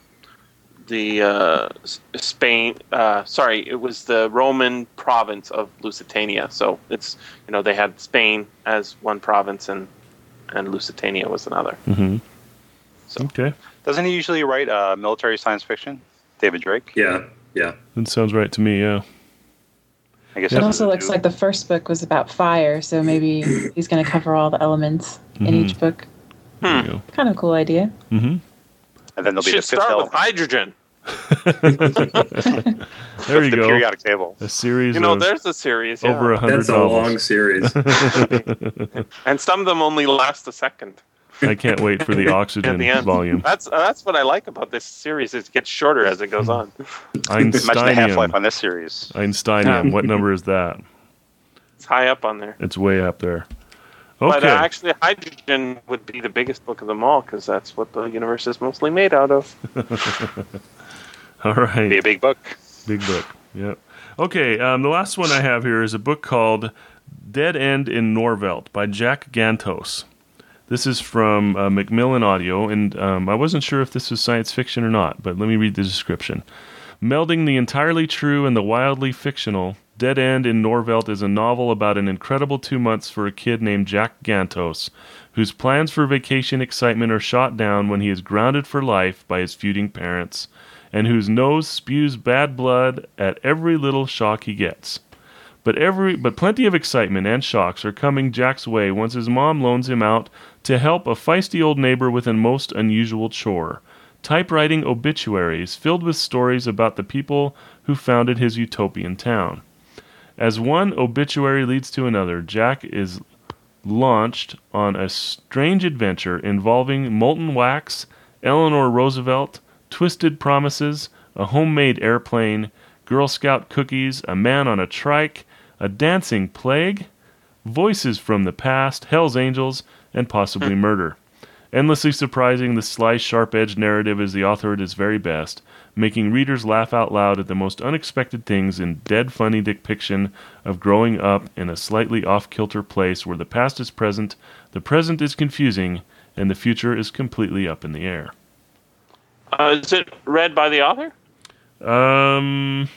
Speaker 2: the uh, S- Spain. Uh, sorry, it was the Roman province of Lusitania. So it's you know they had Spain as one province and and Lusitania was another.
Speaker 1: hmm
Speaker 2: So-
Speaker 1: Okay,
Speaker 3: Doesn't he usually write uh, military science fiction? David Drake?
Speaker 4: Yeah, yeah.
Speaker 1: that sounds right to me. Yeah.
Speaker 3: I guess
Speaker 1: It
Speaker 5: It
Speaker 3: that's
Speaker 5: also
Speaker 3: the
Speaker 5: looks
Speaker 3: new-
Speaker 5: like the first book was about fire, so maybe he's going to cover all the elements in each book.
Speaker 1: There you go.
Speaker 5: Kind of cool idea.
Speaker 1: hmm
Speaker 3: And then there'll be the
Speaker 2: Should
Speaker 3: fifth
Speaker 2: start
Speaker 3: element.
Speaker 2: with hydrogen.
Speaker 1: There you
Speaker 3: the
Speaker 1: go.
Speaker 3: periodic table.
Speaker 1: A series
Speaker 2: You know,
Speaker 1: of
Speaker 2: there's a series, yeah.
Speaker 1: over a hundred
Speaker 4: That's a long
Speaker 1: novels.
Speaker 4: series.
Speaker 2: and some of them only last a second.
Speaker 1: I can't wait for the
Speaker 2: At
Speaker 1: oxygen
Speaker 2: the end.
Speaker 1: volume.
Speaker 2: That's that's what I like about this series. Is it gets shorter as it
Speaker 1: Hmm.
Speaker 2: goes on.
Speaker 3: Imagine the half life
Speaker 1: Einsteinium.
Speaker 3: on this series.
Speaker 1: Einsteinium. What number is that?
Speaker 2: It's high up on there.
Speaker 1: It's way up there.
Speaker 2: But uh,
Speaker 1: Okay.
Speaker 2: actually, hydrogen would be the biggest book of them all because that's what the universe is mostly made out of.
Speaker 1: All
Speaker 3: Be a
Speaker 1: right.
Speaker 3: big book.
Speaker 1: Big book. Yep. Okay. Um, the last one I have here is a book called Dead End in Norvelt by Jack Gantos. This is from uh, Macmillan Audio, and um, I wasn't sure if this was science fiction or not, but let me read the description. Melding the entirely true and the wildly fictional, Dead End in Norvelt is a novel about an incredible two months for a kid named Jack Gantos, whose plans for vacation excitement are shot down when he is grounded for life by his feuding parents, and whose nose spews bad blood at every little shock he gets. But every but plenty of excitement and shocks are coming Jack's way once his mom loans him out to help a feisty old neighbor with a most unusual chore. Typewriting obituaries filled with stories about the people who founded his utopian town. As one obituary leads to another, Jack is launched on a strange adventure involving molten wax, Eleanor Roosevelt, twisted promises, a homemade airplane, Girl Scout cookies, a man on a trike, a dancing plague, voices from the past, Hell's Angels, and possibly murder. Endlessly surprising, the sly, sharp edged narrative is the author at his very best, making readers laugh out loud at the most unexpected things in dead funny depiction of growing up in a slightly off kilter place where the past is present, the present is confusing, and the future is completely up in the air.
Speaker 2: Uh, is it read by the author?
Speaker 1: Um,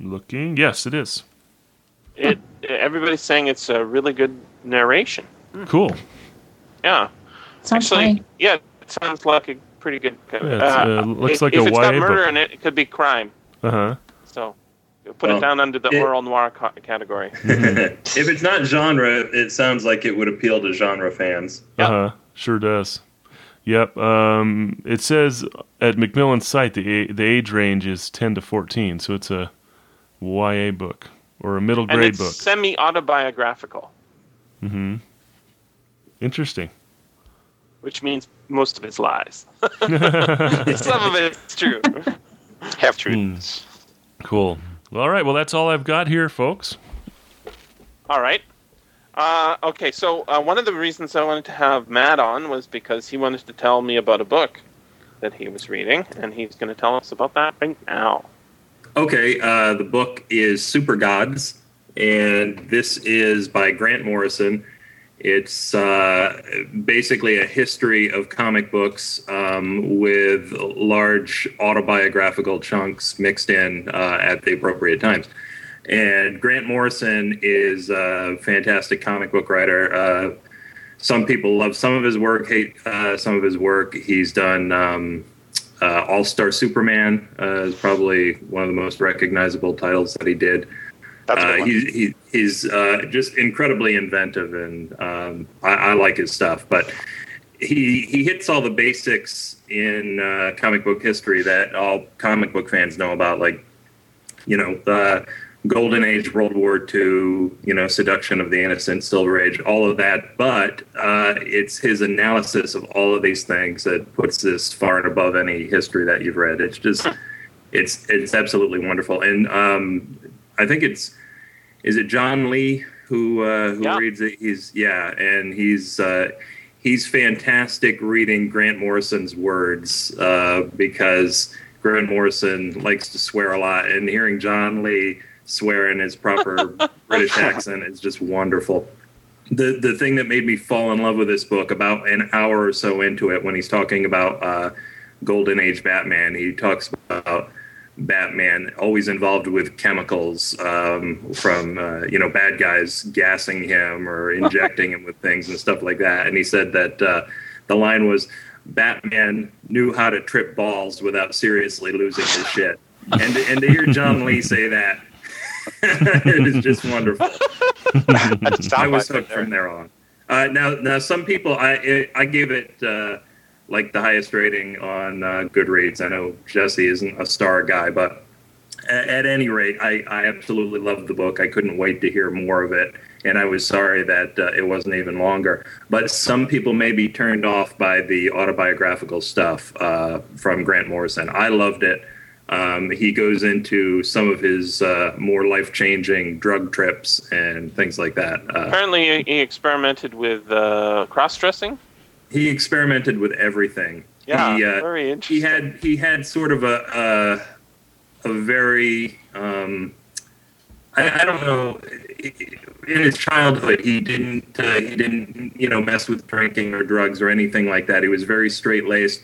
Speaker 1: looking, yes, it is.
Speaker 2: It. Everybody's saying it's a really good narration.
Speaker 1: Cool.
Speaker 2: Yeah,
Speaker 5: Sounds
Speaker 2: actually,
Speaker 5: funny.
Speaker 2: yeah, it sounds like a pretty good.
Speaker 1: Yeah, it's, uh, looks
Speaker 2: if,
Speaker 1: like
Speaker 2: if
Speaker 1: a
Speaker 2: it's got
Speaker 1: YA
Speaker 2: murder
Speaker 1: book.
Speaker 2: in it, it could be crime.
Speaker 1: Uh huh.
Speaker 2: So
Speaker 1: Oh.
Speaker 2: put
Speaker 4: Well,
Speaker 2: it down under the
Speaker 4: it-
Speaker 2: oral noir ca- category.
Speaker 4: if it's not genre, it sounds like it would appeal to genre fans.
Speaker 2: Yep.
Speaker 1: Uh huh. Sure does. Yep. Um, it says at Macmillan's site the a- the age range is ten to fourteen, so it's a YA book or a middle
Speaker 2: and
Speaker 1: grade
Speaker 2: it's
Speaker 1: book.
Speaker 2: semi autobiographical,
Speaker 1: hmm Interesting.
Speaker 2: which means most of it's lies.
Speaker 1: cool.
Speaker 2: Some of it's true.
Speaker 3: Half
Speaker 1: Hmm.
Speaker 3: truths.
Speaker 1: Well, all right. Well, that's all I've got here, folks.
Speaker 2: All right. Uh, okay, so uh, one of the reasons I wanted to have Matt on was because he wanted to tell me about a book that he was reading, and he's going to tell us about that right now.
Speaker 4: Okay, uh, the book is Super Gods, and this is by Grant Morrison. It's uh, basically a history of comic books um, with large autobiographical chunks mixed in uh, at the appropriate times. And Grant Morrison is a fantastic comic book writer. Uh, some people love some of his work, hate uh, some of his work. He's done. Um, uh, All Star Superman uh, is probably one of the most recognizable titles that he did.
Speaker 3: That's a good
Speaker 4: Uh,
Speaker 3: one.
Speaker 4: he, he, he's uh, just incredibly inventive, and um, I, I like his stuff. But he he hits all the basics in uh, comic book history that all comic book fans know about, like you know, uh, Golden Age, World War II, you know, Seduction of the Innocent, Silver Age, all of that. But uh, it's his analysis of all of these things that puts this far and above any history that you've read. It's just, it's it's absolutely wonderful, and um, I think it's is it John Lee who uh, who
Speaker 2: Yeah.
Speaker 4: reads it? He's yeah, and he's. Uh, He's fantastic reading Grant Morrison's words uh, because Grant Morrison likes to swear a lot, and hearing John Lee swear in his proper British accent is just wonderful. The the thing that made me fall in love with this book about an hour or so into it, when he's talking about uh, Golden Age Batman, he talks about Batman always involved with chemicals um, from uh, you know bad guys gassing him or injecting him with things and stuff like that. And he said that uh, the line was Batman knew how to trip balls without seriously losing his shit. And and to hear John Lee say that, it is just wonderful.
Speaker 3: That's a soundbite
Speaker 4: I was
Speaker 3: right
Speaker 4: hooked
Speaker 3: there.
Speaker 4: from there on. Uh, now, now some people, I it, I gave it uh, like the highest rating on uh, Goodreads. I know Jesse isn't a star guy, but at, at any rate, I, I absolutely loved the book. I couldn't wait to hear more of it, and I was sorry that uh, it wasn't even longer. But some people may be turned off by the autobiographical stuff uh, from Grant Morrison. I loved it. Um, he goes into some of his uh, more life changing drug trips and things like that. Uh,
Speaker 2: Apparently, he experimented with uh, cross dressing.
Speaker 4: he experimented with everything.
Speaker 2: Yeah,
Speaker 4: He, uh,
Speaker 2: very interesting.
Speaker 4: he had he had sort of a a, a very um, I, I don't know in his childhood he didn't uh, he didn't you know mess with drinking or drugs or anything like that. He was very straight laced.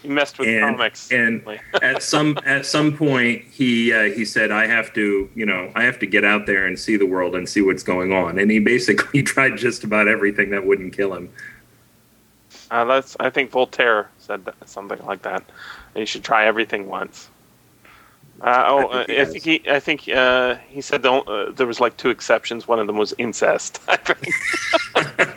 Speaker 2: He messed with
Speaker 4: and-
Speaker 2: comics.
Speaker 4: and- at some at some point he uh, he said I have to you know I have to get out there and see the world and see what's going on. And he basically tried just about everything that wouldn't kill him.
Speaker 2: uh, that's, I think Voltaire said that, something like that. You should try everything once. Uh, oh, uh,
Speaker 4: think he
Speaker 2: I
Speaker 4: has.
Speaker 2: think he. I think uh, he said the, on- uh, there was like two exceptions. One of them was incest. I think.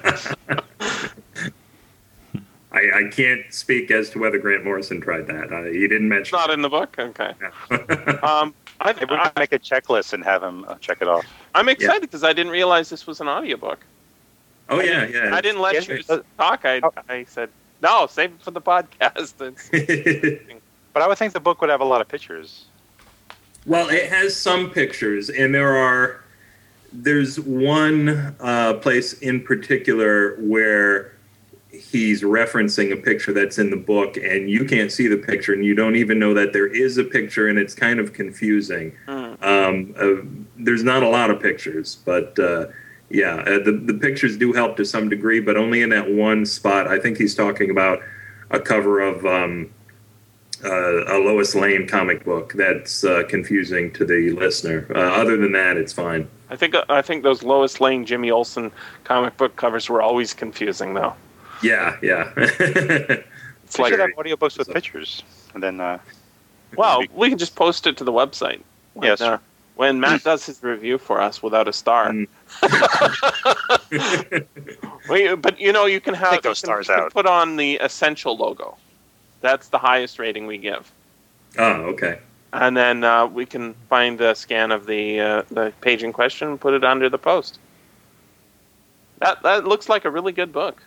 Speaker 4: I, I can't speak as to whether Grant Morrison tried that. Uh, he didn't
Speaker 2: It's
Speaker 4: mention.
Speaker 2: not in the book. Okay.
Speaker 4: it.
Speaker 2: Um, I,
Speaker 3: Maybe we can
Speaker 2: I,
Speaker 3: make a checklist and have him uh, check it off.
Speaker 2: I'm excited because I didn't realize this was an audiobook.
Speaker 4: oh yeah, yeah.
Speaker 2: I didn't let
Speaker 3: Yes,
Speaker 2: you
Speaker 3: it-
Speaker 2: talk. I,
Speaker 3: Oh.
Speaker 2: I said no, save it for the podcast. It's,
Speaker 3: But I would think the book would have a lot of pictures.
Speaker 4: Well, it has some pictures, and there are there's one uh, place in particular where he's referencing a picture that's in the book, and you can't see the picture, and you don't even know that there is a picture, and it's kind of confusing.
Speaker 2: Hmm.
Speaker 4: Um, uh, there's not a lot of pictures, but uh, yeah, uh, the the pictures do help to some degree, but only in that one spot. I think he's talking about a cover of. Um, uh, a Lois Lane comic book that's uh, confusing to the listener. Uh, other than that, it's fine.
Speaker 2: I think I think those Lois Lane, Jimmy Olsen comic book covers were always confusing though.
Speaker 4: Yeah, yeah.
Speaker 2: It's
Speaker 3: we
Speaker 2: like
Speaker 3: should have audiobooks with pictures, and then uh,
Speaker 2: Well, we can just post it to the website. When,
Speaker 3: Yes.
Speaker 2: uh, when Matt does his review for us without a star.
Speaker 4: Mm.
Speaker 2: Well, but you know, you can have
Speaker 3: Take those
Speaker 2: you can- you
Speaker 3: stars
Speaker 2: can
Speaker 3: out.
Speaker 2: Put on the essential logo. That's the highest rating we give,
Speaker 4: oh, okay.
Speaker 2: and then uh, we can find the scan of the uh, the page in question and put it under the post. That that looks like a really good book.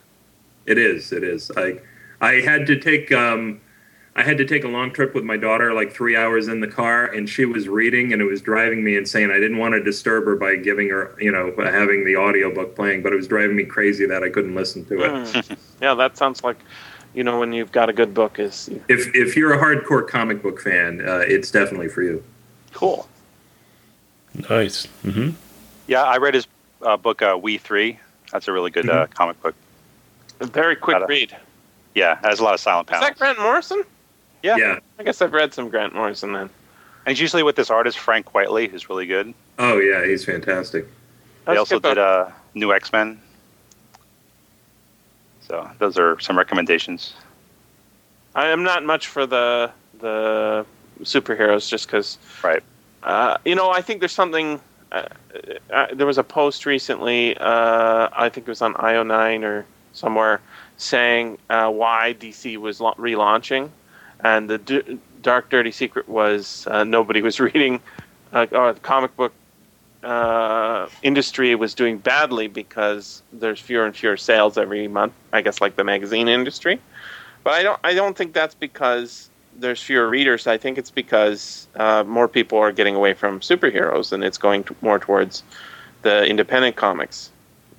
Speaker 4: It is. It is. I I had to take um, I had to take a long trip with my daughter, like three hours in the car, and she was reading, and it was driving me insane. I didn't want to disturb her by giving her, you know, by having the audiobook playing, but it was driving me crazy that I couldn't listen to it.
Speaker 2: Mm. yeah, that sounds like, you know, when you've got a good book is
Speaker 4: If if you're a hardcore comic book fan, uh, it's definitely for you.
Speaker 2: cool.
Speaker 1: Nice. hmm
Speaker 3: yeah, I read his uh, book uh, We Three. That's a really good uh, comic book.
Speaker 2: A very quick
Speaker 3: Got it.
Speaker 2: read. Is
Speaker 3: Yeah, has a lot of silent
Speaker 2: that
Speaker 3: panels.
Speaker 2: Grant Morrison?
Speaker 3: Yeah.
Speaker 4: yeah.
Speaker 2: I guess I've read some Grant Morrison then.
Speaker 3: And it's usually with this artist Frank Whiteley, who's really good.
Speaker 4: Oh yeah, he's fantastic.
Speaker 3: They
Speaker 2: Let's
Speaker 3: also
Speaker 2: skip
Speaker 3: did
Speaker 2: up.
Speaker 3: uh, New X Men. So those are some recommendations.
Speaker 2: I am not much for the the superheroes just because.
Speaker 3: Right.
Speaker 2: Uh, you know, I think there's something. Uh, uh, there was a post recently. Uh, I think it was on IO9 or somewhere saying uh, why DC was la- relaunching, and the D- Dark Dirty Secret was uh, nobody was reading, uh, or the comic book uh, industry was doing badly because there's fewer and fewer sales every month. I guess like the magazine industry, but I don't. I don't think that's because there's fewer readers. I think it's because uh, more people are getting away from superheroes and it's going t- more towards the independent comics.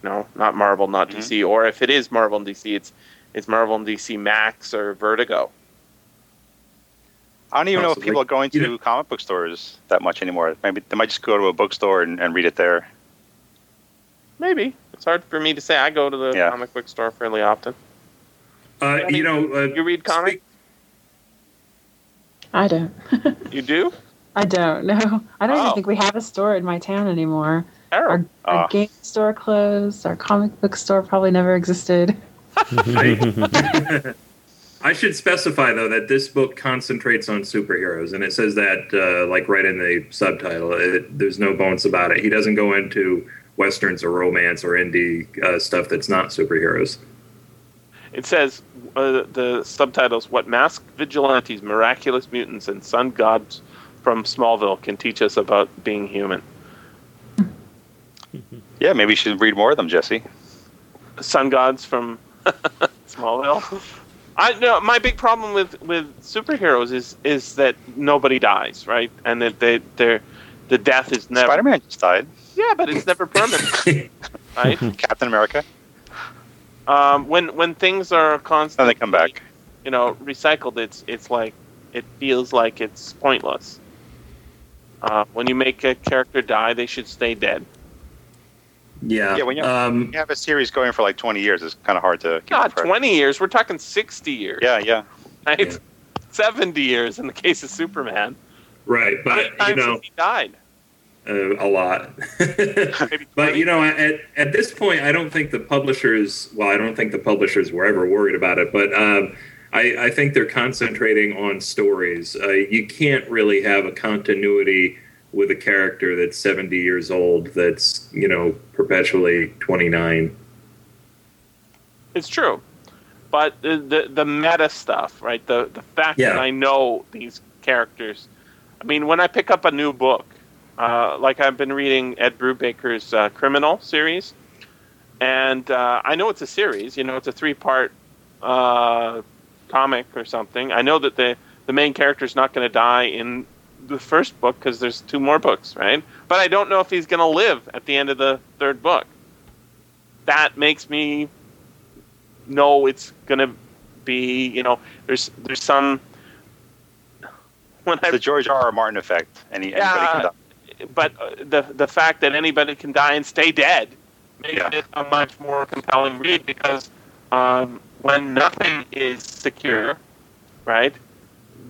Speaker 2: You know, not Marvel, not
Speaker 3: Mhm.
Speaker 2: DC, or if it is Marvel and DC, it's it's Marvel and DC Max or Vertigo.
Speaker 3: I don't even know if
Speaker 4: Possibly.
Speaker 3: people are going to
Speaker 4: You know-
Speaker 3: comic book stores that much anymore. Maybe they might just go to a bookstore and, and read it there.
Speaker 2: Maybe it's hard for me to say. I go to the
Speaker 3: Yeah.
Speaker 2: comic book store fairly often.
Speaker 4: Uh,
Speaker 2: I mean,
Speaker 4: you know, uh,
Speaker 2: You read comics?
Speaker 5: I don't.
Speaker 2: You do?
Speaker 5: I don't know. I don't
Speaker 2: Oh.
Speaker 5: even think we have a store in my town anymore.
Speaker 2: Terrible.
Speaker 5: Our
Speaker 3: Ah.
Speaker 5: game store closed. Our comic book store probably never existed.
Speaker 4: I should specify though that this book concentrates on superheroes, and it says that uh, like right in the subtitle. It, there's no bones about it. He doesn't go into westerns or romance or indie uh, stuff that's not superheroes.
Speaker 2: It says uh, the subtitles: "What masked vigilantes, miraculous mutants, and sun gods from Smallville can teach us about being human."
Speaker 3: Yeah, maybe you should read more of them, Jesse.
Speaker 2: Sun gods from Smallville. I no. My big problem with with superheroes is is that nobody dies, right? And that they they're the death is never.
Speaker 3: Spider Man just died.
Speaker 2: Yeah, but it's never permanent, right?
Speaker 3: Captain America.
Speaker 2: Um, when when things are
Speaker 3: Then
Speaker 2: constantly
Speaker 3: Oh, they come back.
Speaker 2: you know, recycled, it's it's like it feels like it's pointless. Uh, when you make a character die, they should stay dead.
Speaker 4: Yeah.
Speaker 3: Yeah, when you-
Speaker 4: um,
Speaker 3: When You have a series going for like 20 years. It's kind of hard to keep
Speaker 2: God,
Speaker 3: it fresh.
Speaker 2: Ah, twenty years. We're talking sixty years.
Speaker 3: Yeah, yeah.
Speaker 2: right?
Speaker 4: Yeah.
Speaker 2: seventy years in the case of Superman.
Speaker 4: right,
Speaker 2: How many
Speaker 4: but you
Speaker 2: times
Speaker 4: know.
Speaker 2: has he died?
Speaker 4: uh, a lot. but you know, at at this point, I don't think the publishers. Well, I don't think the publishers were ever worried about it. But um, I, I think they're concentrating on stories. Uh, you can't really have a continuity with a character that's 70 years old that's, you know, perpetually 29.
Speaker 2: It's true, but the the, the meta stuff, right? The the fact
Speaker 4: Yeah.
Speaker 2: that I know these characters. I mean, when I pick up a new book, uh, like I've been reading Ed Brubaker's uh, Criminal series, and uh, I know it's a series. You know, it's a three part uh, comic or something. I know that the the main character's not going to die in the first book because there's two more books, right? But I don't know if he's going to live at the end of the third book. That makes me no, it's gonna be you know there's there's some when
Speaker 3: the
Speaker 2: I
Speaker 3: George R. R. Martin effect. Any anybody
Speaker 2: Yeah.
Speaker 3: can die.
Speaker 2: but uh, the the fact that anybody can die and stay dead makes
Speaker 3: Yeah.
Speaker 2: it a much more compelling read because um, when nothing is secure, right?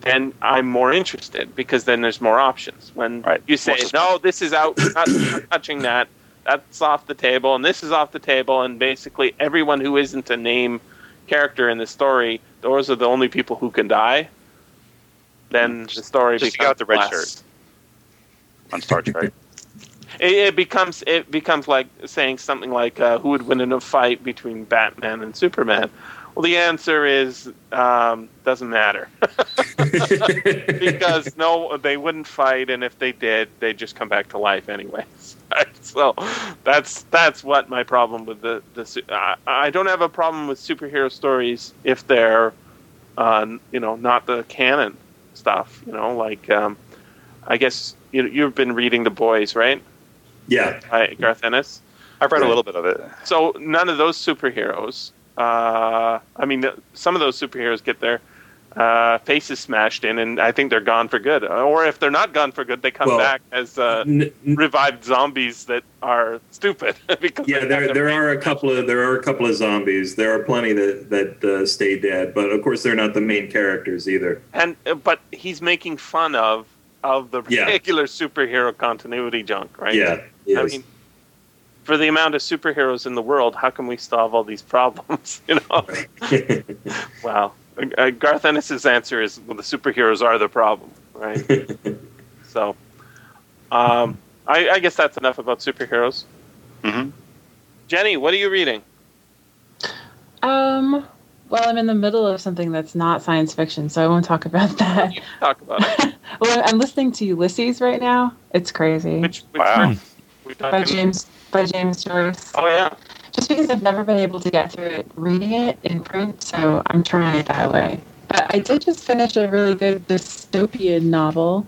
Speaker 2: Then I'm more interested because then there's more options. When
Speaker 3: Right.
Speaker 2: you say
Speaker 3: More suspense.
Speaker 2: no, this is out, we're not, we're not touching that. That's off the table, and this is off the table, and basically everyone who isn't a name character in the story, those are the only people who can die. Then the story
Speaker 3: Mm. Just
Speaker 2: becomes
Speaker 3: got the red
Speaker 2: less
Speaker 3: shirt. on Star Trek.
Speaker 2: it, it becomes it becomes like saying something like uh, who would win in a fight between Batman and Superman. Well, the answer is um, doesn't matter because no, they wouldn't fight, and if they did, they'd just come back to life anyway. so that's that's what my problem with the the su- I, I don't have a problem with superhero stories if they're uh, you know not the canon stuff. You know, like um, I guess you you've been reading The Boys, right?
Speaker 4: yeah.
Speaker 2: by Garth Ennis.
Speaker 3: I've read a little bit of it.
Speaker 2: So none of those superheroes. Uh, I mean, th- some of those superheroes get their uh, faces smashed in, and I think they're gone for good. Or if they're not gone for good, they come
Speaker 4: Well,
Speaker 2: back as uh,
Speaker 4: N- n-
Speaker 2: revived zombies that are stupid. because
Speaker 4: yeah,
Speaker 2: they've
Speaker 4: there
Speaker 2: got their
Speaker 4: there
Speaker 2: faces
Speaker 4: are a couple of there are a couple of zombies. There are plenty that that uh, stay dead, but of course they're not the main characters either.
Speaker 2: and uh, but he's making fun of of the
Speaker 4: Yeah.
Speaker 2: regular superhero continuity junk, right?
Speaker 4: Yeah. Yes.
Speaker 2: I mean, for the amount of superheroes in the world, how can we solve all these problems? You know. Wow. Uh, Garth Ennis's answer is well, the superheroes are the problem, right? so, um, I, I guess that's enough about superheroes.
Speaker 3: hmm
Speaker 2: Jenny, what are you reading?
Speaker 5: Um, well, I'm in the middle of something that's not science fiction, so I won't talk about that.
Speaker 2: You can talk about it.
Speaker 5: well, I'm listening to Ulysses right now. It's crazy.
Speaker 2: Which, which
Speaker 3: Wow.
Speaker 2: one? We
Speaker 5: by
Speaker 2: talking-
Speaker 5: James by James Joyce.
Speaker 2: Oh yeah.
Speaker 5: Just because I've never been able to get through it reading it in print, so I'm trying it that way. But I did just finish a really good dystopian novel.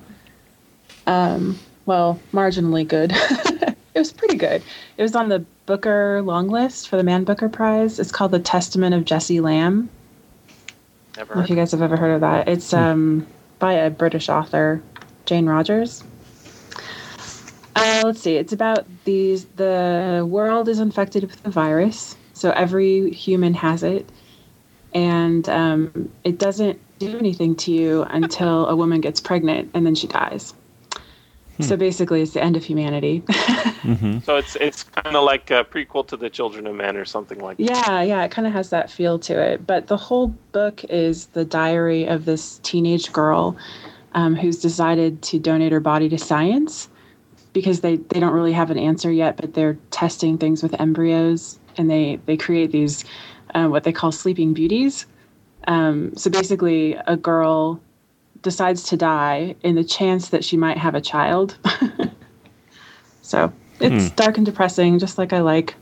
Speaker 5: Um, well, marginally good. it was pretty good. It was on the Booker long list for the Man Booker Prize. It's called The Testament of Jesse Lamb.
Speaker 2: Never.
Speaker 5: I don't know
Speaker 2: Heard.
Speaker 5: if you guys have ever heard of that. It's um, by a British author, Jane Rogers. Uh, let's see. It's about these. The world is infected with the virus, so every human has it, and um, it doesn't do anything to you until a woman gets pregnant and then she dies. So basically, it's the end of humanity.
Speaker 1: Mm-hmm.
Speaker 2: So it's it's kind of like a prequel to the Children of Men or something like. that.
Speaker 5: Yeah, yeah, it kind of has that feel to it. But the whole book is the diary of this teenage girl um, who's decided to donate her body to science because they, they don't really have an answer yet, but they're testing things with embryos and they, they create these uh, what they call sleeping beauties. Um, so basically, a girl decides to die in the chance that she might have a child. so it's dark and depressing, just like I like.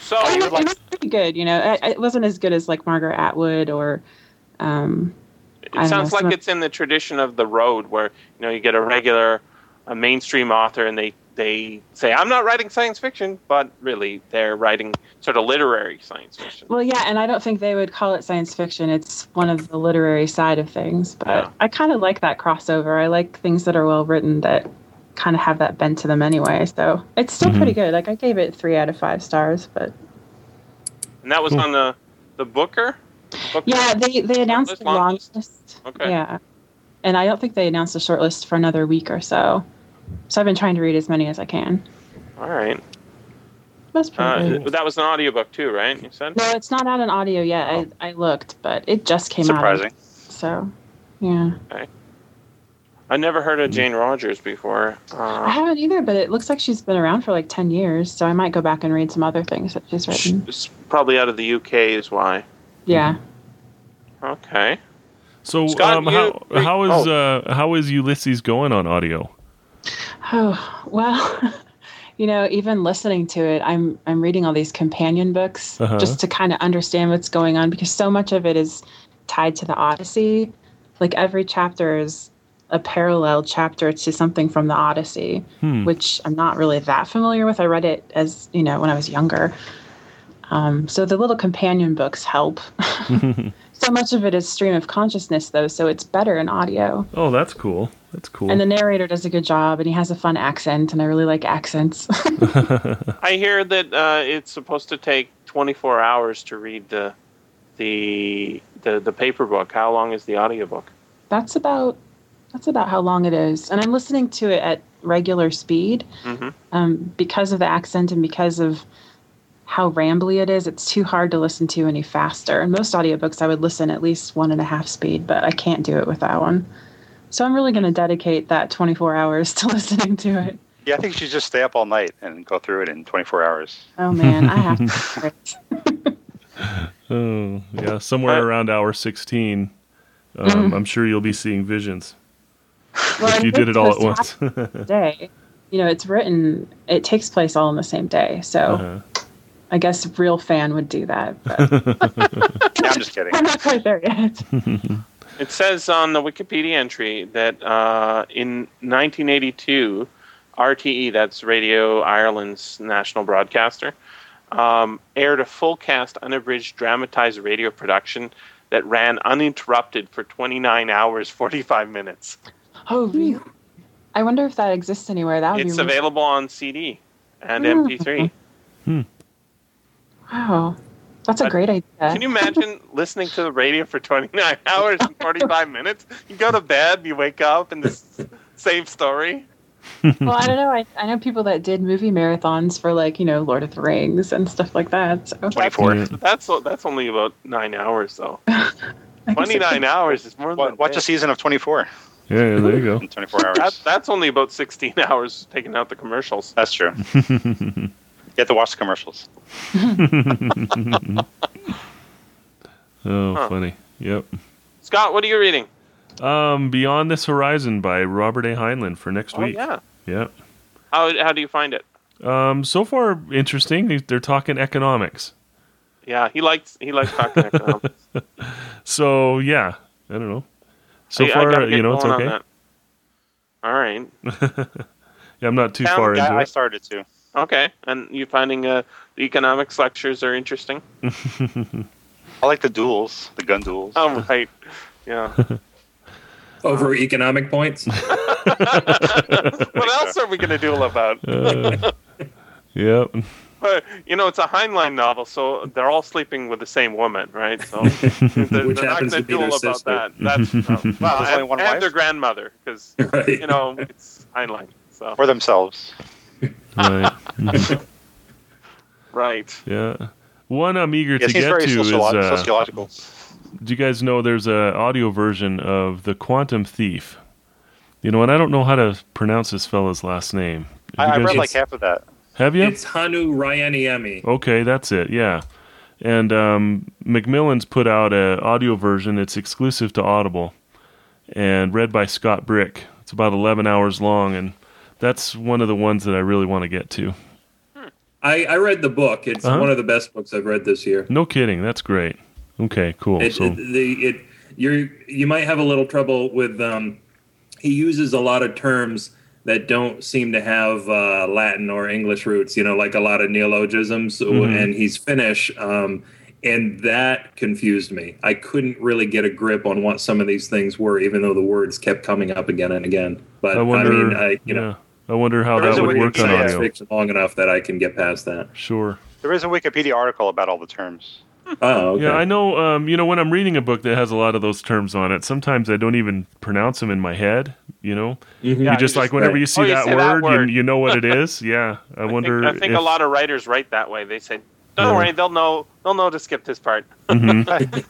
Speaker 2: So
Speaker 5: I
Speaker 2: Oh, you
Speaker 5: mean,
Speaker 2: would like
Speaker 5: it was pretty good. You know, I- I- it wasn't as good as like Margaret Atwood or, um, I
Speaker 2: it
Speaker 5: don't
Speaker 2: sounds
Speaker 5: know,
Speaker 2: like
Speaker 5: some-
Speaker 2: it's in the tradition of the road where you know you get a regular a mainstream author and they they say i'm not writing science fiction but really they're writing sort of literary science fiction
Speaker 5: well, yeah, and I don't think they would call it science fiction. It's one of the literary side of things, but
Speaker 2: Yeah.
Speaker 5: I kind of like that crossover. I like things that are well written that kind of have that bent to them anyway. So it's still pretty good. Like I gave it three out of five stars, but
Speaker 2: and that was on the the booker, Booker?
Speaker 5: yeah, they they announced
Speaker 2: list,
Speaker 5: the
Speaker 2: long
Speaker 5: long
Speaker 2: list?
Speaker 5: list.
Speaker 2: Okay.
Speaker 5: Yeah, and I don't think they announced the short list for another week or so. So I've been trying to read as many as I can.
Speaker 2: all right
Speaker 5: Most probably.
Speaker 2: Uh, that was an audiobook too, right? You said.
Speaker 5: no, it's not out in audio yet. I, I looked, but it just came
Speaker 3: Surprising.
Speaker 5: out. So, yeah.
Speaker 2: I never heard of Jane Rogers before.
Speaker 5: I
Speaker 2: Uh,
Speaker 5: haven't either, but it looks like she's been around for like 10 years. So I might go back and read some other things that she's written.
Speaker 2: it's probably out of the UK, is why.
Speaker 5: Yeah.
Speaker 2: Okay.
Speaker 1: So
Speaker 2: Scott,
Speaker 1: um,
Speaker 2: you-
Speaker 1: how how is
Speaker 2: oh.
Speaker 1: uh, how is Ulysses going on audio?
Speaker 5: Oh, well, you know, even listening to it, I'm I'm reading all these companion books
Speaker 1: Uh-huh.
Speaker 5: just to kind of understand what's going on because so much of it is tied to the Odyssey. Like every chapter is a parallel chapter to something from the Odyssey,
Speaker 1: Hmm.
Speaker 5: which I'm not really that familiar with. I read it as, you know, when I was younger. Um, so the little companion books help. so much of it is stream of consciousness, though, so it's better in audio
Speaker 1: Oh, that's cool. That's cool.
Speaker 5: and the narrator does a good job and he has a fun accent and i really like accents
Speaker 2: I hear that uh, it's supposed to take 24 hours to read the the the, the paper book. How long is the audiobook?
Speaker 5: that's about that's about how long it is and i'm listening to it at regular speed
Speaker 2: Mhm.
Speaker 5: um, because of the accent and because of how rambly it is it's too hard to listen to any faster and most audiobooks i would listen at least one and a half speed but i can't do it with that one so i'm really going to dedicate that 24 hours to listening to it
Speaker 3: Yeah, I think you should just stay up all night and go through it in 24 hours.
Speaker 5: oh man i have to
Speaker 1: oh, yeah, somewhere
Speaker 2: Uh,
Speaker 1: around hour sixteen, um,
Speaker 2: Mm-hmm.
Speaker 5: Mhm.
Speaker 1: I'm sure you'll be seeing visions
Speaker 5: Well,
Speaker 1: if
Speaker 5: I
Speaker 1: you did it
Speaker 5: think
Speaker 1: all
Speaker 5: this
Speaker 1: at once.
Speaker 5: day you know it's written it takes place all in the same day so
Speaker 2: Oh.
Speaker 1: Uh-huh.
Speaker 5: i guess a real fan would do that but
Speaker 3: Yeah, I'm just kidding.
Speaker 5: i'm not quite there yet
Speaker 2: It says on the Wikipedia entry that uh, in 1982, RTE, E, that's Radio Ireland's national broadcaster, um, aired a full cast, unabridged, dramatized radio production that ran uninterrupted for 29 hours, 45 minutes.
Speaker 5: oh really i wonder if that exists anywhere that would
Speaker 2: It's
Speaker 5: be really-
Speaker 2: available on CD and
Speaker 5: Hmm.
Speaker 2: MP3.
Speaker 5: wow that's a
Speaker 2: But-
Speaker 5: great idea
Speaker 2: Can you imagine listening to the radio for 29 hours and 45 minutes? You go to bed, you wake up, and the s- same story.
Speaker 5: well i don't know I, I know people that did movie marathons for like you know lord of the rings and stuff like that so
Speaker 3: 24.
Speaker 1: Yeah.
Speaker 2: That's o- that's only about nine hours, though.
Speaker 5: I guess it
Speaker 2: 29 hours is more
Speaker 3: Wa-
Speaker 2: than
Speaker 3: Watch a
Speaker 2: that.
Speaker 3: season of 24
Speaker 1: Yeah, yeah, there you go.
Speaker 3: in 24 hours.
Speaker 2: That, that's only about 16 hours taking out the commercials.
Speaker 3: That's true. you have to watch the commercials.
Speaker 1: Oh,
Speaker 2: Huh.
Speaker 1: funny. Yep.
Speaker 2: Scott, what are you reading?
Speaker 1: Um, Beyond This Horizon by Robert A. Heinlein for next
Speaker 2: Oh,
Speaker 1: week.
Speaker 2: yeah.
Speaker 1: Yep.
Speaker 2: How, how do you find it?
Speaker 1: Um, so far, interesting. They- They're talking economics.
Speaker 2: Yeah, he likes he likes talking economics.
Speaker 1: So yeah, I don't know. So
Speaker 2: I- I
Speaker 1: far,
Speaker 2: gotta get
Speaker 1: you know, it's
Speaker 2: going on
Speaker 1: okay.
Speaker 2: that. All right.
Speaker 1: Yeah, I'm not too
Speaker 3: Yeah,
Speaker 1: far into
Speaker 3: I
Speaker 1: it.
Speaker 3: started too.
Speaker 2: Okay. And you finding uh, the economics lectures are interesting?
Speaker 3: I like the duels, the gun duels.
Speaker 2: Oh, right. Yeah.
Speaker 4: Over economic points.
Speaker 2: what else are we going to do about?
Speaker 1: Uh, yep.
Speaker 2: But you know, it's a Heinlein novel, so they're all sleeping with the same woman, right? So they're, they're
Speaker 4: Which
Speaker 2: not
Speaker 4: happens
Speaker 2: gonna
Speaker 4: to be their
Speaker 2: duel about
Speaker 4: sister.
Speaker 2: that. That's no. well,
Speaker 3: There's only
Speaker 2: and,
Speaker 3: one
Speaker 2: and
Speaker 3: wife?
Speaker 2: their grandmother, because
Speaker 4: right.
Speaker 2: you know it's Heinlein. So
Speaker 3: Or themselves.
Speaker 1: Right.
Speaker 2: right,
Speaker 1: Yeah. One I'm eager
Speaker 3: Yes,
Speaker 1: to
Speaker 3: he's
Speaker 1: get
Speaker 3: very
Speaker 1: to is
Speaker 3: sociolo-
Speaker 1: uh,
Speaker 3: sociological.
Speaker 1: do you guys know there's a audio version of The Quantum Thief? You know, and I don't know how to pronounce this fella's last name. Have
Speaker 3: I,
Speaker 1: you
Speaker 3: I
Speaker 1: guys-
Speaker 3: read like half of that.
Speaker 1: have you?
Speaker 4: It's Hanu Ryaniemi.
Speaker 1: Okay, that's it. Yeah. And um, Macmillan's put out a audio version. It's exclusive to Audible and read by Scott Brick. It's about 11 hours long, and that's one of the ones that I really want to get to.
Speaker 4: I, I read the book. It's
Speaker 1: Uh-huh.
Speaker 4: one of the best books I've read this year.
Speaker 1: No kidding. That's great. Okay, cool.
Speaker 4: It,
Speaker 1: so,
Speaker 4: it, the, it, you're, you might have a little trouble with. Um, he uses a lot of terms that don't seem to have uh, Latin or English roots. You know, like a lot of neologisms, and he's Finnish. Um, and that confused me. I couldn't really get a grip on what some of these things were, even though the words kept coming up again and again. But
Speaker 1: I
Speaker 4: I,
Speaker 1: wonder.
Speaker 4: mean, I, you
Speaker 1: yeah,
Speaker 4: know,
Speaker 1: I wonder how
Speaker 3: There is
Speaker 1: that
Speaker 3: a
Speaker 1: would
Speaker 3: way
Speaker 1: work
Speaker 3: to
Speaker 1: on
Speaker 3: say it.
Speaker 1: audio.
Speaker 4: fiction long enough that I can get past that.
Speaker 1: Sure.
Speaker 3: There is a Wikipedia article about all the terms.
Speaker 4: Oh, okay.
Speaker 1: Yeah, I know. Um, you know, when I'm reading a book that has a lot of those terms on it, sometimes I don't even pronounce them in my head. You know,
Speaker 4: Mhm.
Speaker 1: you just
Speaker 3: you
Speaker 1: like
Speaker 3: just
Speaker 1: whenever
Speaker 3: say,
Speaker 1: you see,
Speaker 2: "Oh, you
Speaker 1: that,
Speaker 2: say
Speaker 1: word,
Speaker 2: that word."
Speaker 1: You, you know what it is. Yeah, I,
Speaker 2: I think,
Speaker 1: wonder.
Speaker 2: I think
Speaker 1: if,
Speaker 2: a lot of writers write that way. They say, "Don't
Speaker 1: Yeah.
Speaker 2: worry, they'll know. They'll know to skip this part."
Speaker 1: Mhm.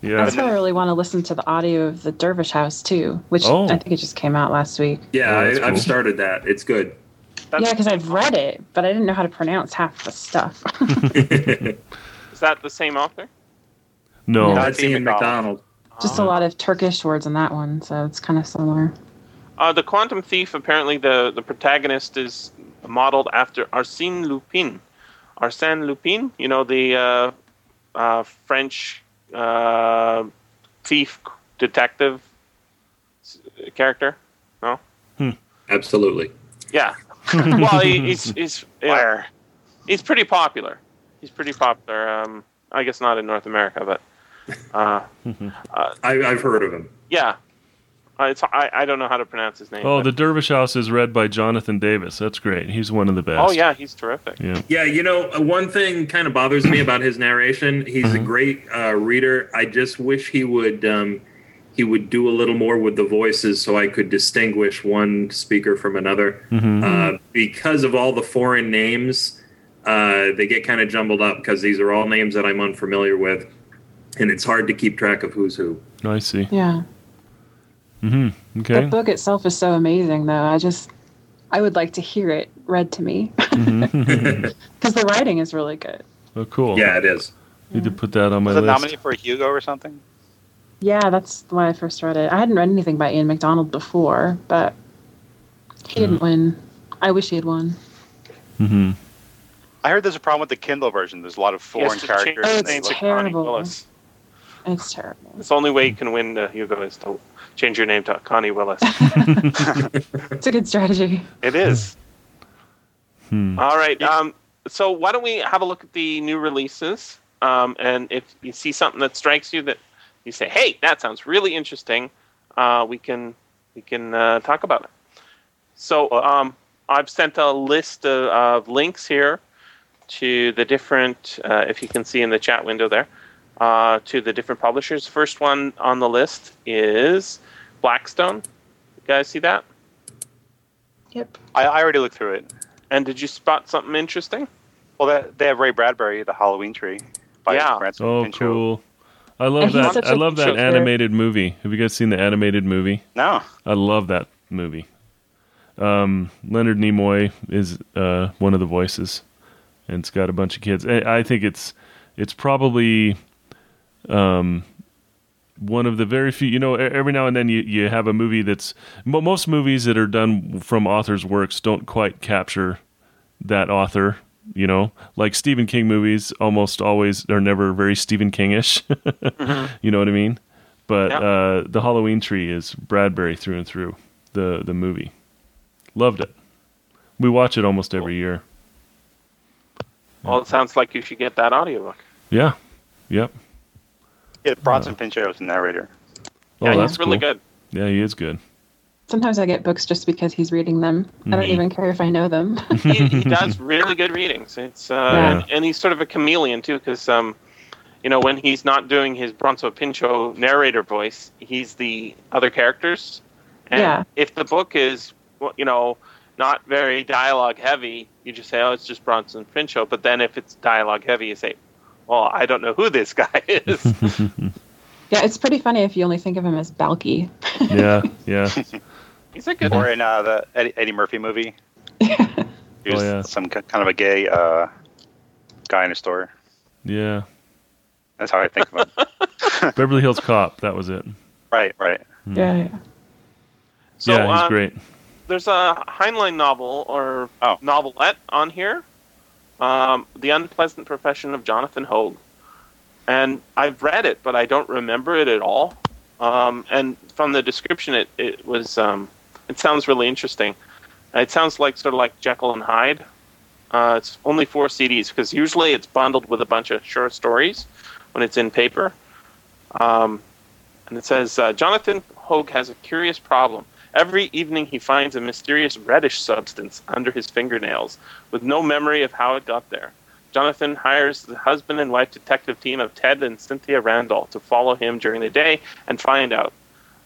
Speaker 1: yeah,
Speaker 5: That's why I really want to listen to the audio of the Dervish House too, which
Speaker 1: Oh.
Speaker 5: I think it just came out last week.
Speaker 4: Yeah,
Speaker 1: Oh,
Speaker 4: I,
Speaker 1: that's cool.
Speaker 4: I've started that. It's good.
Speaker 5: Yeah,
Speaker 2: That's,
Speaker 5: because I've read it, but I didn't know how to pronounce half the stuff.
Speaker 2: is that the same author?
Speaker 1: no,
Speaker 5: Yeah.
Speaker 4: Not seeing McDonald.
Speaker 5: just
Speaker 1: Ah.
Speaker 5: a lot of Turkish words in that one, so it's kind of similar.
Speaker 2: Uh, the Quantum Thief. Apparently, the the protagonist is modeled after Arsène Lupin. Arsène Lupin. You know the uh, uh, French uh, thief detective s- character.
Speaker 4: Absolutely.
Speaker 2: Yeah. well, he, he's he's yeah,
Speaker 3: Where?
Speaker 2: he's pretty popular. He's pretty popular. Um, I guess not in North America, but uh,
Speaker 4: I, I've heard of him.
Speaker 2: yeah. Uh, it's I, I don't know how to pronounce his name.
Speaker 1: Oh,
Speaker 2: but-
Speaker 1: the Dervish House is read by Jonathan Davis. That's great. He's one of the best.
Speaker 2: oh yeah, he's terrific.
Speaker 1: yeah.
Speaker 4: Yeah, you know, uh, one thing kind of bothers me about his narration. He's
Speaker 1: Mm-hmm.
Speaker 4: a great uh, reader. I just wish he would um, he would do a little more with the voices so I could distinguish one speaker from another.
Speaker 1: Mhm.
Speaker 2: Hmm.
Speaker 4: Uh, because of all the foreign names, uh, they get kind of jumbled up because these are all names that I'm unfamiliar with, and it's hard to keep track of who's who.
Speaker 1: I see. Mm-hmm.
Speaker 5: Yeah.
Speaker 1: Okay.
Speaker 5: The book itself is so amazing, though. I just, I would like to hear it read to me because the writing is really good.
Speaker 1: Mm-hmm. Oh, cool.
Speaker 4: Yeah, it is.
Speaker 1: Need to put that on my
Speaker 3: Was it
Speaker 1: list.
Speaker 3: nominated for a Hugo or something?
Speaker 5: Yeah, that's when I first read it. I hadn't read anything by Ian MacDonald before, but he didn't
Speaker 3: Hmm.
Speaker 5: win. I wish he had won.
Speaker 1: Mhm.
Speaker 3: I heard there's a problem with the Kindle version. There's a lot of
Speaker 2: He has
Speaker 3: foreign
Speaker 2: to change
Speaker 3: characters.
Speaker 5: Oh,
Speaker 2: his
Speaker 3: and
Speaker 5: it's
Speaker 3: they
Speaker 2: name to
Speaker 3: look-
Speaker 2: Connie
Speaker 5: terrible.
Speaker 2: Willis.
Speaker 5: It's terrible.
Speaker 2: It's the only way you can win the Hugo is to change your name to Connie Willis.
Speaker 5: It's a good strategy.
Speaker 2: it is.
Speaker 1: Hmm.
Speaker 2: All right. Um, so why don't we have a look at the new releases? Um, and if you see something that strikes you that you say, "Hey, that sounds really interesting," uh, we can we can uh, talk about it. So um, I've sent a list of, of links here to the different, uh, if you can see in the chat window there, uh, to the different publishers. First one on the list is Blackstone. You guys see that?
Speaker 5: Yep.
Speaker 3: I, I already looked through it.
Speaker 2: And did you spot something interesting?
Speaker 3: Well, that, they have Ray Bradbury, the Halloween tree. By
Speaker 2: Yeah.
Speaker 3: Branson
Speaker 1: Oh,
Speaker 3: Pinchot.
Speaker 1: cool. I
Speaker 5: And
Speaker 1: love
Speaker 5: he's
Speaker 1: that.
Speaker 5: such
Speaker 1: I
Speaker 5: a
Speaker 1: love that
Speaker 5: teacher.
Speaker 1: animated movie. Have you guys seen the animated movie?
Speaker 3: No,
Speaker 1: I love that movie. Um, Leonard Nimoy is uh, one of the voices, and it's got a bunch of kids. I, I think it's it's probably um, one of the very few. You know, e- every now and then you, you have a movie that's mo- most movies that are done from authors' works don't quite capture that author. You know, like Stephen King movies almost always are never very Stephen Kingish. You know what I mean? But
Speaker 2: Yeah.
Speaker 1: uh, the Halloween tree is Bradbury through and through. The the movie, loved it. We watch it almost every year.
Speaker 2: Well, it sounds like you should get that audiobook.
Speaker 1: Yeah, yep.
Speaker 3: yeah, Bronson Pinchot was the narrator.
Speaker 1: Oh,
Speaker 2: yeah,
Speaker 1: that's
Speaker 2: he's really
Speaker 1: cool.
Speaker 2: good.
Speaker 1: Yeah, he is good.
Speaker 5: Sometimes I get books just because he's reading them. I
Speaker 3: Hmm.
Speaker 5: don't even care if I know them.
Speaker 2: He, he does really good readings. It's uh,
Speaker 5: Yeah.
Speaker 2: and, and he's sort of a chameleon too, because um, you know, when he's not doing his Bronzo Pinchot narrator voice, he's the other characters. And
Speaker 5: Yeah.
Speaker 2: if the book is, well, you know, not very dialogue heavy, you just say, "Oh, it's just Bronson Pinchot." But then if it's dialogue heavy, you say, "Well, I don't know who this guy is."
Speaker 5: yeah, it's pretty funny if you only think of him as Balky.
Speaker 1: Yeah, yeah.
Speaker 2: he's a good.
Speaker 3: Or in uh, the Eddie, Eddie Murphy movie, he
Speaker 1: Oh,
Speaker 3: was
Speaker 1: yeah.
Speaker 3: some ki- kind of a gay uh, guy in a store.
Speaker 1: Yeah,
Speaker 3: That's how I think of him.
Speaker 1: Beverly Hills Cop. That was it.
Speaker 3: right, right.
Speaker 5: Yeah, yeah.
Speaker 2: So,
Speaker 1: yeah, he's
Speaker 2: um,
Speaker 1: great.
Speaker 2: there's a Heinlein novel or
Speaker 3: Oh.
Speaker 2: novelette on here, um, "The Unpleasant Profession of Jonathan Hoag," and I've read it, but I don't remember it at all. Um, and from the description, it it was um, it sounds really interesting. It sounds like sort of like Jekyll and Hyde. Uh, it's only four CDs because usually it's bundled with a bunch of short stories when it's in paper. Um, and it says uh, Jonathan Hoag has a curious problem. Every evening he finds a mysterious reddish substance under his fingernails with no memory of how it got there. Jonathan hires the husband and wife detective team of Ted and Cynthia Randall to follow him during the day and find out.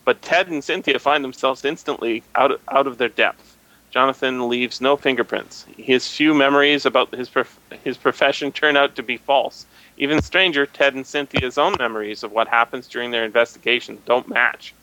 Speaker 2: But Ted and Cynthia find themselves instantly out, out of their depth. Jonathan leaves no fingerprints. His few memories about his, prof- his profession turn out to be false. Even stranger, Ted and Cynthia's own memories of what happens during their investigation don't match.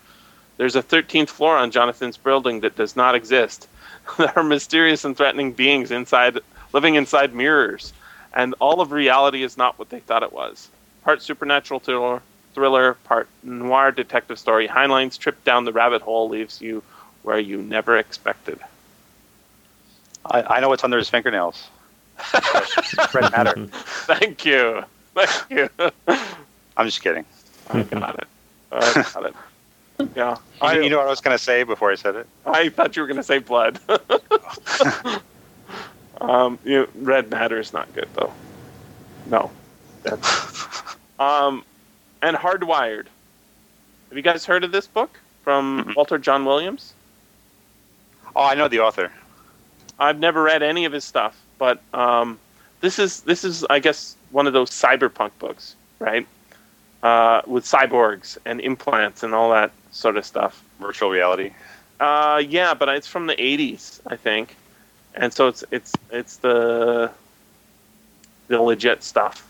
Speaker 2: There's a 13th floor on Jonathan's building that does not exist. There are mysterious and threatening beings inside, living inside mirrors, and all of reality is not what they thought it was. Part supernatural thriller, thriller part noir detective story, Heinlein's trip down the rabbit hole leaves you where you never expected.
Speaker 3: I, I know what's under his fingernails. Red matter.
Speaker 2: Thank you. Thank you.
Speaker 3: I'm just kidding.
Speaker 2: I got it. I got it. Yeah.
Speaker 3: You,
Speaker 2: I,
Speaker 3: you know what I was going to say before I said it?
Speaker 2: I thought you were going to say blood. um, you, red matter is not good though. No. That's- um, and Hardwired. Have you guys heard of this book from
Speaker 3: Mhm.
Speaker 2: Walter John Williams?
Speaker 3: Oh, I know the author.
Speaker 2: I've never read any of his stuff, but um, this is this is I guess one of those cyberpunk books, right? Uh, with cyborgs and implants and all that sort of stuff.
Speaker 3: Virtual reality.
Speaker 2: Uh, yeah, but it's from the '80s, I think, and so it's it's it's the the legit stuff.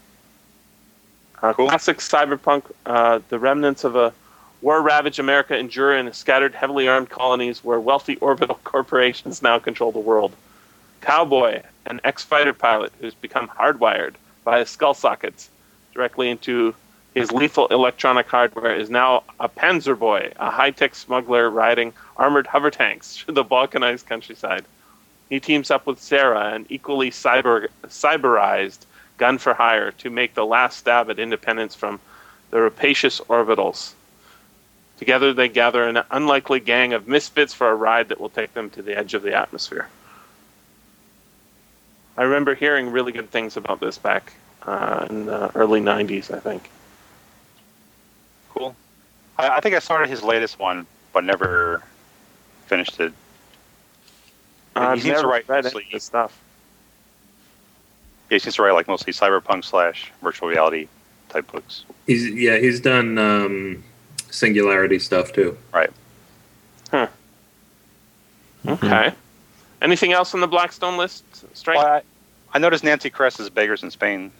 Speaker 2: Uh,
Speaker 3: Cool.
Speaker 2: Classic cyberpunk. Uh, the remnants of a war-ravaged America endure in scattered, heavily armed colonies where wealthy orbital corporations now control the world. Cowboy, an ex-fighter pilot who's become hardwired via skull sockets directly into his lethal electronic hardware, is now a Panzer Boy, a high-tech smuggler riding armored hover tanks through the Balkanized countryside. He teams up with Sarah, an equally cyber, cyberized gun for hire, to make the last stab at independence from the rapacious orbitals. Together, they gather an unlikely gang of misfits for a ride that will take them to the edge of the atmosphere. I remember hearing really good things about this back uh, in the early 90s, I think.
Speaker 3: Cool. I, I think I started his latest one, but never finished it. And he
Speaker 2: I've
Speaker 3: seems to
Speaker 2: never
Speaker 3: write
Speaker 2: read any
Speaker 3: mostly-
Speaker 2: of this stuff.
Speaker 3: Yeah, he seems to write like mostly cyberpunk slash virtual reality type books.
Speaker 4: He's yeah, he's done um, singularity stuff too.
Speaker 2: Okay. Anything else on the Blackstone list, Strike?
Speaker 3: Well, I, I noticed Nancy Cress's Beggars in Spain.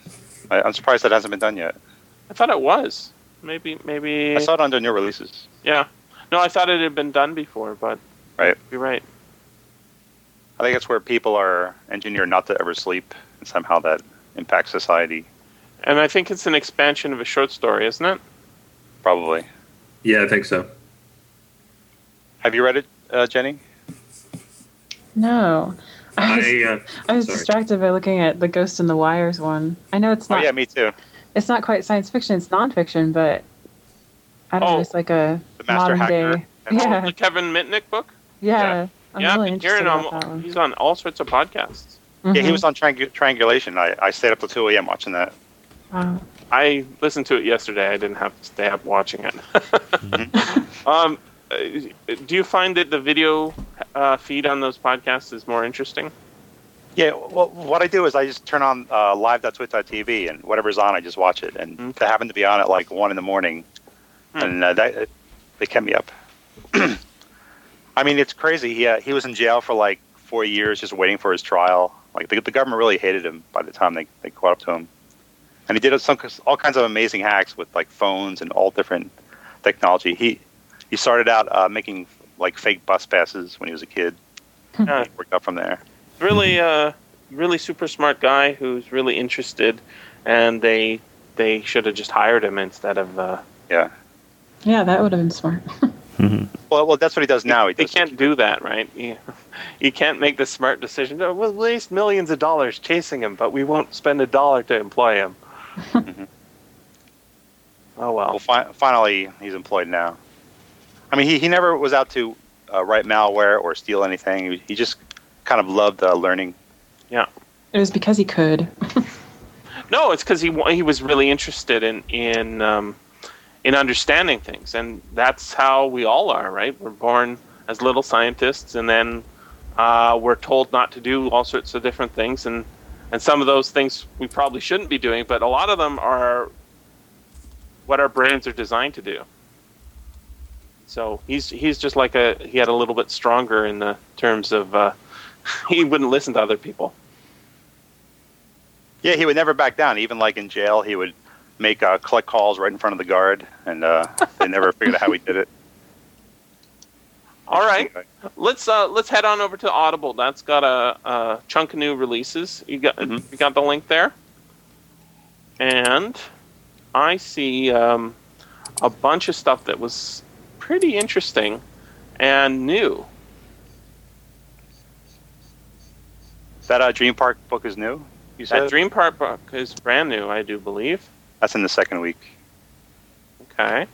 Speaker 3: I, I'm surprised that hasn't been done yet.
Speaker 2: I thought it was. Maybe, maybe.
Speaker 3: I saw it under new releases.
Speaker 2: yeah. No, I thought it had been done before, but
Speaker 3: Right.
Speaker 2: you're right.
Speaker 3: I think it's where people are engineered not to ever sleep, and somehow that impacts society,
Speaker 2: And I think it's an expansion of a short story, isn't it?
Speaker 3: probably.
Speaker 4: Yeah, I think so.
Speaker 3: Have you read it, uh, Jenny?
Speaker 5: No. I was,
Speaker 4: I, uh,
Speaker 5: I was
Speaker 4: sorry.
Speaker 5: distracted by looking at the Ghost in the Wires one. I know it's
Speaker 3: Oh,
Speaker 5: not
Speaker 3: yeah, me too.
Speaker 5: it's not quite science fiction, it's nonfiction, but I don't
Speaker 2: Oh.
Speaker 5: know, it's like a
Speaker 3: The Master
Speaker 5: modern
Speaker 3: Hacker.
Speaker 5: day.
Speaker 3: And all-
Speaker 5: Yeah.
Speaker 2: The Kevin Mitnick book?
Speaker 5: Yeah. I'm
Speaker 2: yeah,
Speaker 5: really
Speaker 2: I've been
Speaker 5: interested
Speaker 2: hearing
Speaker 5: about
Speaker 2: him.
Speaker 5: that one.
Speaker 2: He's on all sorts of podcasts.
Speaker 3: Yeah,
Speaker 5: Mhm.
Speaker 3: he was on triang- Triangulation. I, I stayed up till 2 a.m. watching that.
Speaker 5: Wow.
Speaker 2: I listened to it yesterday. I didn't have to stay up watching it. um, uh, do you find that the video uh, feed on those podcasts is more interesting?
Speaker 3: Yeah, well, what I do is I just turn on uh, live.twit.tv and whatever's on, I just watch it. And
Speaker 2: Okay.
Speaker 3: that happened to be on at like 1 in the morning.
Speaker 2: Hmm.
Speaker 3: And uh, that, it, it kept me up. I mean, it's crazy. He, uh, he was in jail for like four years just waiting for his trial. Like the, the government really hated him by the time they, they caught up to him. And he did some all kinds of amazing hacks with like phones and all different technology. He he started out uh, making like fake bus passes when he was a kid.
Speaker 2: Yeah.
Speaker 3: He worked up from there.
Speaker 2: really uh really super smart guy who's really interested and they they should have just hired him instead of uh
Speaker 3: Yeah.
Speaker 5: Yeah, that would have been smart.
Speaker 3: Well, well, that's what he does now. He
Speaker 2: they
Speaker 3: does
Speaker 2: can't do that right you, you can't make the smart decision oh, we'll waste millions of dollars chasing him but we won't spend a dollar to employ him oh
Speaker 3: Mm-hmm. Well,
Speaker 2: well
Speaker 3: fi- finally, he's employed now. I mean, he, he never was out to uh, write malware or steal anything. He, he just kind of loved uh, learning.
Speaker 5: It was because he could.
Speaker 2: no it's because he wa- he was really interested in in um in understanding things and that's how we all are right we're born as little scientists and then uh, we're told not to do all sorts of different things and and some of those things we probably shouldn't be doing, but a lot of them are what our brains are designed to do. So he's he's just like a he had a little bit stronger in the terms of uh, he wouldn't listen to other people.
Speaker 3: Yeah, he would never back down. Even like in jail, he would make uh, collect calls right in front of the guard, and uh, they never figured out how he did it.
Speaker 2: All right, let's uh, let's head on over to Audible. That's got a, a chunk of new releases. You got
Speaker 3: Mhm.
Speaker 2: you got the link there, and I see um, a bunch of stuff that was pretty interesting and new.
Speaker 3: That uh, Dream Park book is new. You said
Speaker 2: That Dream Park book is brand new, I do believe.
Speaker 3: that's in the second week.
Speaker 2: Okay.